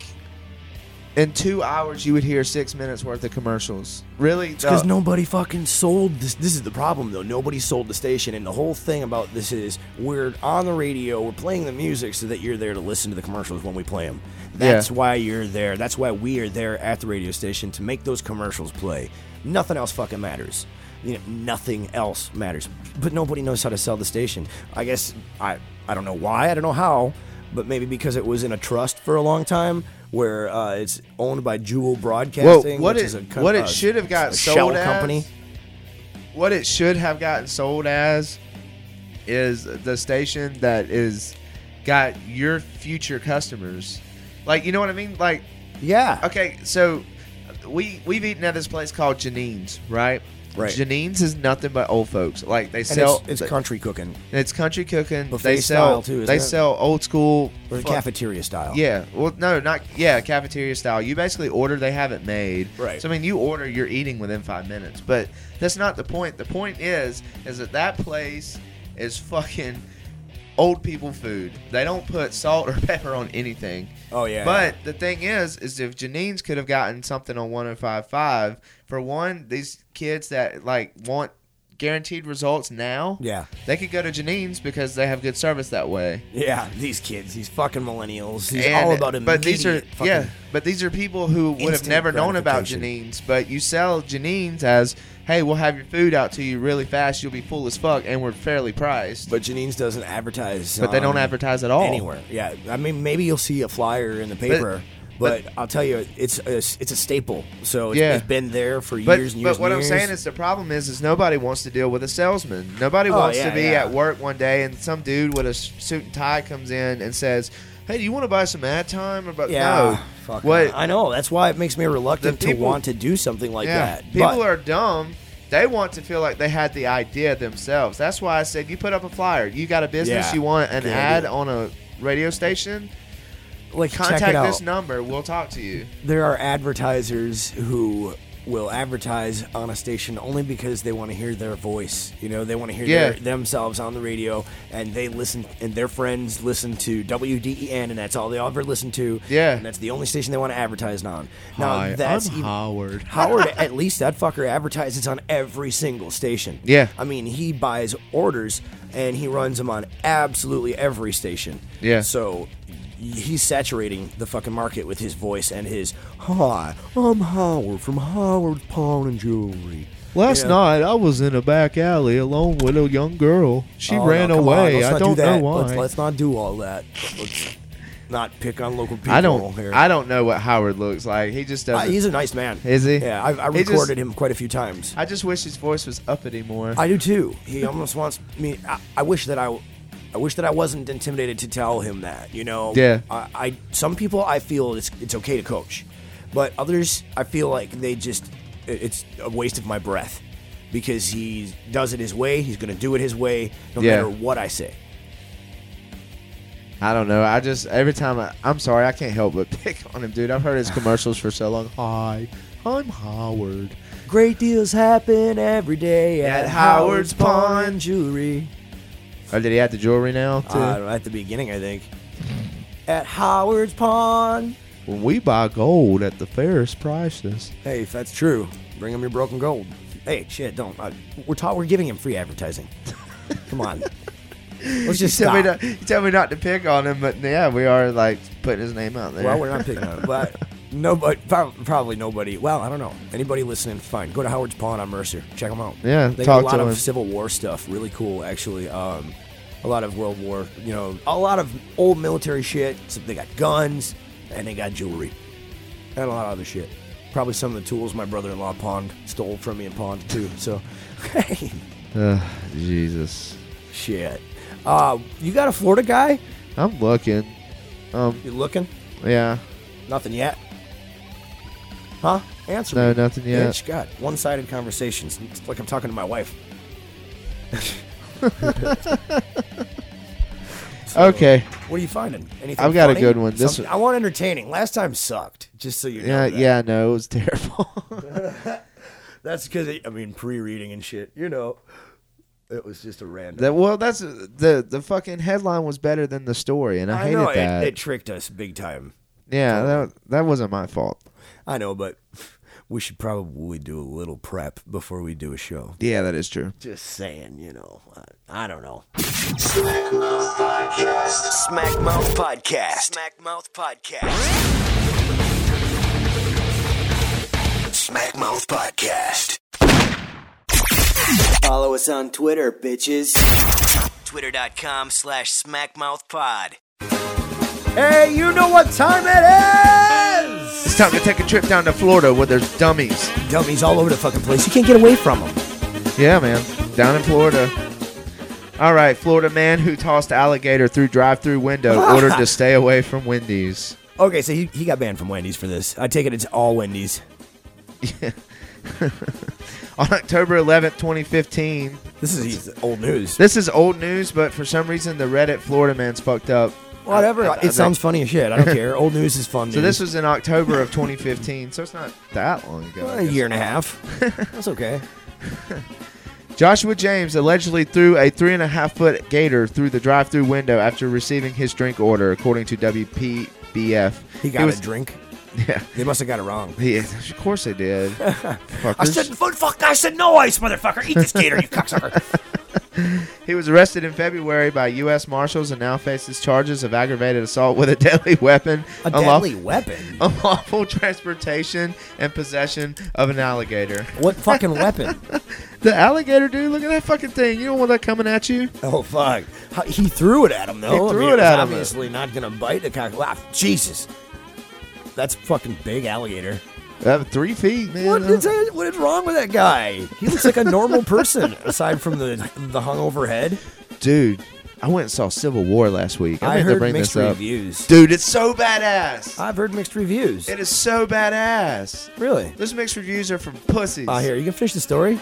[SPEAKER 3] in two hours you would hear six minutes worth of commercials. Really?
[SPEAKER 2] because
[SPEAKER 3] the-
[SPEAKER 2] nobody fucking sold this. This is the problem, though. Nobody sold the station, and the whole thing about this is we're on the radio, we're playing the music so that you're there to listen to the commercials when we play them. That's
[SPEAKER 3] Yeah.
[SPEAKER 2] why you're there. That's why we are there at the radio station to make those commercials play. Nothing else fucking matters. You know, nothing else matters. But nobody knows how to sell the station. I guess I I don't know why. I don't know how. But maybe because it was in a trust for a long time, where uh, it's owned by Jewel Broadcasting,
[SPEAKER 3] what
[SPEAKER 2] which
[SPEAKER 3] it-
[SPEAKER 2] is a
[SPEAKER 3] what it
[SPEAKER 2] uh,
[SPEAKER 3] should have got
[SPEAKER 2] a
[SPEAKER 3] sold
[SPEAKER 2] shell
[SPEAKER 3] as-
[SPEAKER 2] company.
[SPEAKER 3] what it should have gotten sold as is the station that is got your future customers Like, you know what I mean? Like,
[SPEAKER 2] Yeah.
[SPEAKER 3] okay, so we we've eaten at this place called Janine's, right?
[SPEAKER 2] Right.
[SPEAKER 3] Janine's is nothing but old folks. Like they
[SPEAKER 2] And
[SPEAKER 3] sell
[SPEAKER 2] it's, it's
[SPEAKER 3] they-
[SPEAKER 2] country cooking
[SPEAKER 3] and it's country cooking.
[SPEAKER 2] Buffet
[SPEAKER 3] they
[SPEAKER 2] style,
[SPEAKER 3] sell
[SPEAKER 2] too, isn't
[SPEAKER 3] they
[SPEAKER 2] it?
[SPEAKER 3] sell old school
[SPEAKER 2] or
[SPEAKER 3] fuck-
[SPEAKER 2] cafeteria style.
[SPEAKER 3] Yeah. Well, no, not yeah, cafeteria style. You basically order they have it made.
[SPEAKER 2] Right.
[SPEAKER 3] So I mean, you order, you're eating within five minutes. But that's not the point. The point is, is that that place is fucking old people food. They don't put salt or <laughs> pepper on anything.
[SPEAKER 2] Oh, yeah,
[SPEAKER 3] But the thing is, is if Janine's could have gotten something on 105.5, for one, these kids that like want guaranteed results now,
[SPEAKER 2] Yeah.
[SPEAKER 3] they could go to Janine's because they have good service that way.
[SPEAKER 2] Yeah, these kids, these fucking millennials, he's
[SPEAKER 3] And-
[SPEAKER 2] all about
[SPEAKER 3] But these are
[SPEAKER 2] immediate fucking-
[SPEAKER 3] yeah, but these are people who would have
[SPEAKER 2] instant
[SPEAKER 3] never known about
[SPEAKER 2] gratification.
[SPEAKER 3] Janine's. But you sell Janine's as, hey, we'll have your food out to you really fast. You'll be full as fuck, and we're fairly priced. But,
[SPEAKER 2] But Janine's doesn't advertise.
[SPEAKER 3] they don't
[SPEAKER 2] um,
[SPEAKER 3] advertise at all.
[SPEAKER 2] anywhere. Yeah, I mean, maybe you'll see a flyer in the paper, but,
[SPEAKER 3] but-
[SPEAKER 2] I'll tell you, it's a, it's a staple. So it's,
[SPEAKER 3] Yeah.
[SPEAKER 2] it's been there for
[SPEAKER 3] But,
[SPEAKER 2] years and years.
[SPEAKER 3] but what
[SPEAKER 2] and
[SPEAKER 3] I'm
[SPEAKER 2] years.
[SPEAKER 3] saying is the problem is is nobody wants to deal with a salesman. Nobody
[SPEAKER 2] Oh,
[SPEAKER 3] wants
[SPEAKER 2] yeah,
[SPEAKER 3] to be
[SPEAKER 2] yeah.
[SPEAKER 3] at work one day and some dude with a s- suit and tie comes in and says, "Hey, do you want to buy some ad time?" Or about
[SPEAKER 2] yeah,
[SPEAKER 3] no,
[SPEAKER 2] fuck
[SPEAKER 3] what
[SPEAKER 2] no. I know that's why it makes me reluctant
[SPEAKER 3] The
[SPEAKER 2] to
[SPEAKER 3] people-
[SPEAKER 2] want to do something like that.
[SPEAKER 3] People
[SPEAKER 2] but,
[SPEAKER 3] are dumb. They want to feel like they had the idea themselves. That's why I said you put up a flyer. You got a business
[SPEAKER 2] Yeah.
[SPEAKER 3] you want an
[SPEAKER 2] Good
[SPEAKER 3] ad
[SPEAKER 2] idea.
[SPEAKER 3] on a radio station.
[SPEAKER 2] like check it
[SPEAKER 3] Contact
[SPEAKER 2] out.
[SPEAKER 3] this number. We'll talk to you.
[SPEAKER 2] there are advertisers who will advertise on a station only because they want to hear their voice. You know, they want to hear
[SPEAKER 3] Yeah.
[SPEAKER 2] their, themselves on the radio, and they listen, and their friends listen to WDEN, and that's all they ever listen to.
[SPEAKER 3] Yeah.
[SPEAKER 2] and that's the only station they want to advertise on. Now
[SPEAKER 3] Hi,
[SPEAKER 2] that's
[SPEAKER 3] I'm
[SPEAKER 2] even-
[SPEAKER 3] Howard.
[SPEAKER 2] Howard, at least that fucker advertises on every single station.
[SPEAKER 3] Yeah.
[SPEAKER 2] I mean, he buys orders and he runs them on absolutely every station.
[SPEAKER 3] Yeah.
[SPEAKER 2] So he's saturating the fucking market with his voice and his hi, I'm Howard from Howard Pawn and Jewelry.
[SPEAKER 3] Last
[SPEAKER 2] Yeah.
[SPEAKER 3] night I was in a back alley alone with a young girl. She
[SPEAKER 2] Oh, no,
[SPEAKER 3] ran
[SPEAKER 2] come on,
[SPEAKER 3] away.
[SPEAKER 2] let's
[SPEAKER 3] I
[SPEAKER 2] not do
[SPEAKER 3] don't know
[SPEAKER 2] that.
[SPEAKER 3] why.
[SPEAKER 2] Let's, let's not do all that. Let's not pick on local people
[SPEAKER 3] I don't.
[SPEAKER 2] here.
[SPEAKER 3] I don't know what Howard looks like. He just
[SPEAKER 2] Uh,
[SPEAKER 3] doesn't.
[SPEAKER 2] he's a nice man.
[SPEAKER 3] Is he?
[SPEAKER 2] Yeah, I, I
[SPEAKER 3] He just-
[SPEAKER 2] recorded him quite a few times.
[SPEAKER 3] I just wish his voice was uppity more.
[SPEAKER 2] I do too. He almost wants me. I, I wish that I, I wish that I wasn't intimidated to tell him that. You know.
[SPEAKER 3] Yeah.
[SPEAKER 2] I, I some people I feel it's it's okay to coach, but others I feel like they just it- it's a waste of my breath because he does it his way. He's gonna do it his way, no
[SPEAKER 3] Yeah.
[SPEAKER 2] matter what I say.
[SPEAKER 3] I don't know. I just every time I, I'm sorry, I can't help but <laughs> pick on him, dude. I've heard his commercials for so long. Hi, I'm Howard.
[SPEAKER 2] Great deals happen every day at,
[SPEAKER 3] At Howard's Pawn
[SPEAKER 2] Jewelry.
[SPEAKER 3] Or Oh, did he have the jewelry now? Too?
[SPEAKER 2] Uh, at the beginning, I think. At Howard's Pawn.
[SPEAKER 3] when we buy gold at the fairest prices.
[SPEAKER 2] Hey, if that's true, bring him your broken gold. Hey, shit, don't. Uh, we're taught we're giving him free
[SPEAKER 3] <laughs>
[SPEAKER 2] advertising. Come on, let's just
[SPEAKER 3] Tell
[SPEAKER 2] stop.
[SPEAKER 3] me, not, you tell me not to pick on him, but yeah, we are like putting his name out there.
[SPEAKER 2] well, we're not picking on him, but nobody, prob- probably nobody. Well, I don't know. Anybody listening, fine. Go to Howard's Pawn on Mercer. Check them out.
[SPEAKER 3] Yeah,
[SPEAKER 2] they
[SPEAKER 3] talk
[SPEAKER 2] got a
[SPEAKER 3] to
[SPEAKER 2] lot of
[SPEAKER 3] him.
[SPEAKER 2] Civil War stuff. Really cool, actually. Um, a lot of World War. You know, a lot of old military shit. So they got guns and they got jewelry and a lot of other shit. Probably some of the tools my brother-in-law pawned stole from me and pawned too. So, <laughs> hey.
[SPEAKER 3] Ugh, Jesus,
[SPEAKER 2] Shit. Uh, you got a Florida guy?
[SPEAKER 3] I'm looking. Um,
[SPEAKER 2] You looking?
[SPEAKER 3] yeah,
[SPEAKER 2] Nothing yet. Huh? Answer
[SPEAKER 3] No,
[SPEAKER 2] me.
[SPEAKER 3] nothing yet.
[SPEAKER 2] Bitch, God, one-sided conversations. It's like I'm talking to my
[SPEAKER 3] <laughs>
[SPEAKER 2] wife. So,
[SPEAKER 3] okay.
[SPEAKER 2] What are you finding? Anything?
[SPEAKER 3] I've got a
[SPEAKER 2] funny?
[SPEAKER 3] good one. This
[SPEAKER 2] Something-
[SPEAKER 3] one-
[SPEAKER 2] I want entertaining. Last time sucked. Just so you know.
[SPEAKER 3] Yeah,
[SPEAKER 2] that.
[SPEAKER 3] yeah, no, it was <laughs> terrible.
[SPEAKER 2] That's because I mean pre-reading and shit. You know, it was just a random.
[SPEAKER 3] that well, that's the the fucking headline was better than the story, and I hated
[SPEAKER 2] know
[SPEAKER 3] that.
[SPEAKER 2] It, it tricked us big time.
[SPEAKER 3] yeah, that that wasn't my fault.
[SPEAKER 2] I know, but <laughs> we should probably do a little prep before we do a show.
[SPEAKER 3] Yeah, that is true.
[SPEAKER 2] Just saying, you know. I, I don't know.
[SPEAKER 1] Smack Mouth Podcast. Smack Mouth Podcast. Smack Mouth Podcast. Smack Mouth Podcast. Follow us on Twitter, bitches. Twitter.com slash smackmouthpod.
[SPEAKER 2] Hey, you know what time it is!
[SPEAKER 3] It's time to take a trip down to Florida where there's dummies.
[SPEAKER 2] Dummies all over the fucking place. You can't get away from them.
[SPEAKER 3] Yeah, man. Down in Florida.
[SPEAKER 2] <laughs>
[SPEAKER 3] All right, Florida man who tossed alligator through drive-through window ordered to stay away from Wendy's.
[SPEAKER 2] Okay, so he, he got banned from Wendy's for this. I take it it's all Wendy's.
[SPEAKER 3] On October 11th, 2015,
[SPEAKER 2] This is old news.
[SPEAKER 3] <laughs> this is old news, but for some reason the Reddit Florida man's fucked up.
[SPEAKER 2] Whatever.
[SPEAKER 3] I- I- I
[SPEAKER 2] Uh, it sounds
[SPEAKER 3] think-
[SPEAKER 2] funny as shit. I don't care. Old news is fun.
[SPEAKER 3] <laughs> So this was in October of 2015, so it's not that long ago. I
[SPEAKER 2] a
[SPEAKER 3] guess.
[SPEAKER 2] year and a
[SPEAKER 3] <laughs>
[SPEAKER 2] half. That's okay.
[SPEAKER 3] Joshua James allegedly threw a three and a half foot gator through the drive through window after receiving his drink order, according to WPBF.
[SPEAKER 2] He got
[SPEAKER 3] was,
[SPEAKER 2] a drink.
[SPEAKER 3] <laughs> Yeah,
[SPEAKER 2] They must have got it wrong.
[SPEAKER 3] he, of course
[SPEAKER 2] <laughs>
[SPEAKER 3] they did.
[SPEAKER 2] I
[SPEAKER 3] Fuckers.
[SPEAKER 2] said, "Fuck, fuck, I said no ice, motherfucker. Eat this
[SPEAKER 3] <laughs>
[SPEAKER 2] gator, you cocksucker.
[SPEAKER 3] He was arrested in February by U.S. Marshals and now faces charges of aggravated assault with a deadly weapon,
[SPEAKER 2] A
[SPEAKER 3] unlaw-
[SPEAKER 2] deadly weapon.
[SPEAKER 3] unlawful <laughs> transportation, and possession of an alligator.
[SPEAKER 2] What fucking
[SPEAKER 3] <laughs>
[SPEAKER 2] weapon?
[SPEAKER 3] The alligator, dude, look at that fucking thing. You don't want that coming at you.
[SPEAKER 2] Oh fuck! How- He threw it at him though.
[SPEAKER 3] He threw
[SPEAKER 2] was
[SPEAKER 3] it at him.
[SPEAKER 2] Obviously not gonna bite the cock. Wow, Jesus, that's a fucking big alligator.
[SPEAKER 3] Uh, three feet, man.
[SPEAKER 2] What is that? What is wrong with that guy? He looks like a normal person aside from the the hungover head.
[SPEAKER 3] dude? I went and saw Civil War last week. I,
[SPEAKER 2] I
[SPEAKER 3] meant to
[SPEAKER 2] heard
[SPEAKER 3] bring
[SPEAKER 2] mixed
[SPEAKER 3] this up.
[SPEAKER 2] reviews.
[SPEAKER 3] Dude, it's so badass.
[SPEAKER 2] I've heard mixed reviews.
[SPEAKER 3] it is so badass.
[SPEAKER 2] Really?
[SPEAKER 3] Those mixed reviews are from pussies.
[SPEAKER 2] Ah, here you can finish the story.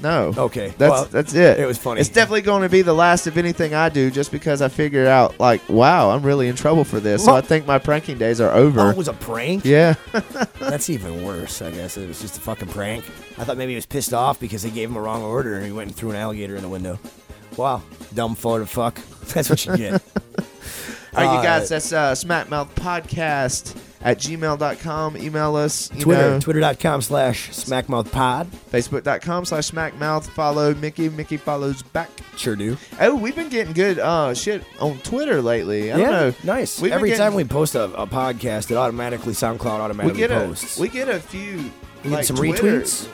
[SPEAKER 3] No.
[SPEAKER 2] Okay,
[SPEAKER 3] That's
[SPEAKER 2] well,
[SPEAKER 3] that's it.
[SPEAKER 2] it was funny.
[SPEAKER 3] It's definitely going to be the last of anything I do, just because I figured out like, wow, I'm really in trouble for this. So
[SPEAKER 2] Lo-
[SPEAKER 3] I think my pranking days are over.
[SPEAKER 2] Oh, it was a prank. <laughs>
[SPEAKER 3] <laughs> yeah.
[SPEAKER 2] That's even worse. I guess it was just a fucking prank. I thought maybe he was pissed off because they gave him a wrong order and he went and threw an alligator in the window. Wow, dumb Florida fuck. <laughs> That's what you get.
[SPEAKER 3] All right, you
[SPEAKER 2] Uh,
[SPEAKER 3] guys. That's uh, Smackmouth Podcast at gmail.com. Email us. <laughs> You
[SPEAKER 2] Twitter,
[SPEAKER 3] Know,
[SPEAKER 2] twitter.com slash smackmouthpod.
[SPEAKER 3] Facebook.com slash Smackmouth. Follow Mickey. Mickey follows back.
[SPEAKER 2] Sure do.
[SPEAKER 3] Oh, we've been getting good uh, shit on Twitter lately. I
[SPEAKER 2] yeah,
[SPEAKER 3] don't know.
[SPEAKER 2] nice.
[SPEAKER 3] We've been
[SPEAKER 2] Every
[SPEAKER 3] getting-
[SPEAKER 2] time we post a, a podcast, it automatically SoundCloud
[SPEAKER 3] we
[SPEAKER 2] automatically
[SPEAKER 3] get a
[SPEAKER 2] posts.
[SPEAKER 3] we get a few
[SPEAKER 2] We get
[SPEAKER 3] like,
[SPEAKER 2] some
[SPEAKER 3] Twitter-
[SPEAKER 2] retweets.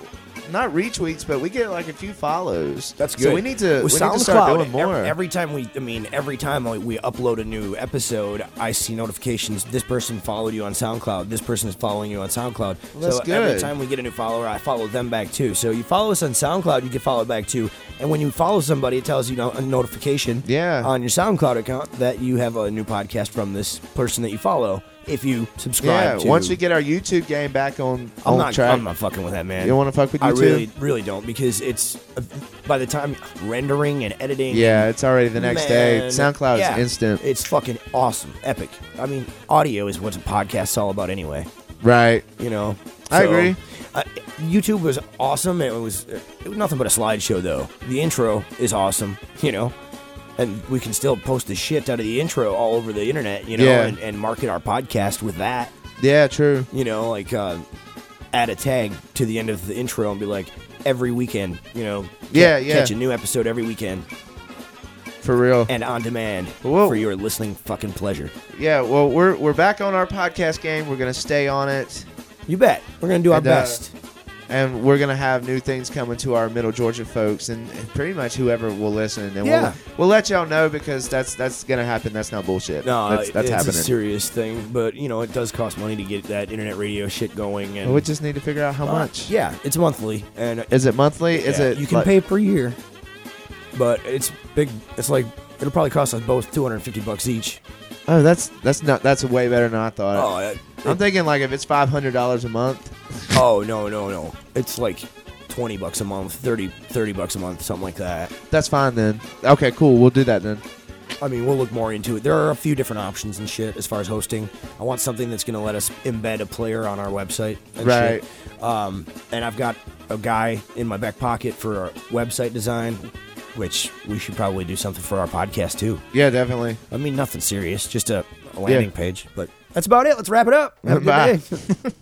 [SPEAKER 3] not retweets, but we get like a few follows.
[SPEAKER 2] That's good.
[SPEAKER 3] So we need to,
[SPEAKER 2] With
[SPEAKER 3] we
[SPEAKER 2] SoundCloud.
[SPEAKER 3] need to start doing
[SPEAKER 2] ev-
[SPEAKER 3] more.
[SPEAKER 2] Every, time we, I mean, every time we- we upload a new episode, I see notifications. This person followed you on SoundCloud. This person is following you on SoundCloud.
[SPEAKER 3] that's
[SPEAKER 2] so every
[SPEAKER 3] good.
[SPEAKER 2] time we get a new follower, I follow them back too. So you follow us on SoundCloud, you get followed back too. And when you follow somebody, it tells you no- a notification
[SPEAKER 3] Yeah.
[SPEAKER 2] on your SoundCloud account that you have a new podcast from this person that you follow. If you subscribe,
[SPEAKER 3] yeah,
[SPEAKER 2] to,
[SPEAKER 3] once we get our YouTube game back on,
[SPEAKER 2] I'm
[SPEAKER 3] on
[SPEAKER 2] not,
[SPEAKER 3] track.
[SPEAKER 2] I'm not fucking with that, man.
[SPEAKER 3] You don't wanna fuck with
[SPEAKER 2] I
[SPEAKER 3] YouTube?
[SPEAKER 2] really, really don't because it's uh, by the time rendering and editing.
[SPEAKER 3] yeah, it's already the next day.
[SPEAKER 2] Man,
[SPEAKER 3] SoundCloud
[SPEAKER 2] yeah,
[SPEAKER 3] is instant.
[SPEAKER 2] It's fucking awesome, epic. I mean, audio is what a podcast's all about, anyway.
[SPEAKER 3] right.
[SPEAKER 2] You know,
[SPEAKER 3] I agree.
[SPEAKER 2] Uh, YouTube was awesome. It was it was nothing but a slideshow, though. The intro is awesome. <laughs> You know. And we can still post the shit out of the intro all over the internet, you know,
[SPEAKER 3] Yeah.
[SPEAKER 2] and, and market our podcast with that
[SPEAKER 3] Yeah, true.
[SPEAKER 2] you know, like uh, add a tag to the end of the intro and be like, every weekend, you know, ca-
[SPEAKER 3] Yeah, yeah.
[SPEAKER 2] catch a new episode every weekend
[SPEAKER 3] For real.
[SPEAKER 2] and on demand
[SPEAKER 3] Whoa.
[SPEAKER 2] for your listening fucking pleasure.
[SPEAKER 3] yeah, well, we're we're back on our podcast game. We're gonna stay on it,
[SPEAKER 2] You bet. We're gonna do our
[SPEAKER 3] And, uh,
[SPEAKER 2] best.
[SPEAKER 3] and we're gonna have new things coming to our Middle Georgia folks, and, and pretty much whoever will listen. And
[SPEAKER 2] Yeah.
[SPEAKER 3] we'll, we'll let y'all know because that's that's gonna happen. That's not bullshit.
[SPEAKER 2] No,
[SPEAKER 3] that's,
[SPEAKER 2] it-
[SPEAKER 3] that's
[SPEAKER 2] it's
[SPEAKER 3] happening.
[SPEAKER 2] a serious thing, but you know, it does cost money to get that internet radio shit going. And
[SPEAKER 3] we just need to figure out how
[SPEAKER 2] Uh,
[SPEAKER 3] much.
[SPEAKER 2] Yeah, it's monthly, and uh,
[SPEAKER 3] Is it monthly? Is
[SPEAKER 2] yeah,
[SPEAKER 3] it
[SPEAKER 2] you can
[SPEAKER 3] like-
[SPEAKER 2] pay per year, but it's big. It's like it'll probably cost us both two hundred and fifty bucks each.
[SPEAKER 3] Oh, that's that's not that's way better than Uh, I
[SPEAKER 2] Oh,
[SPEAKER 3] thought.
[SPEAKER 2] it-
[SPEAKER 3] I'm thinking like if it's five hundred dollars a month.
[SPEAKER 2] Oh no no no! It's like twenty bucks a month, 30, 30 bucks a month, something like that.
[SPEAKER 3] That's fine then. Okay, cool. We'll do that then.
[SPEAKER 2] I mean, we'll look more into it. There are a few different options and shit as far as hosting. I want something that's gonna let us embed a player on our website, and
[SPEAKER 3] Right.
[SPEAKER 2] shit. Um, and I've got a guy in my back pocket for our website design, which we should probably do something for our podcast too.
[SPEAKER 3] Yeah, definitely.
[SPEAKER 2] I mean, nothing serious, just a, a landing page. But that's about it. Let's wrap it up. Have a good
[SPEAKER 3] <laughs> Bye.
[SPEAKER 2] day.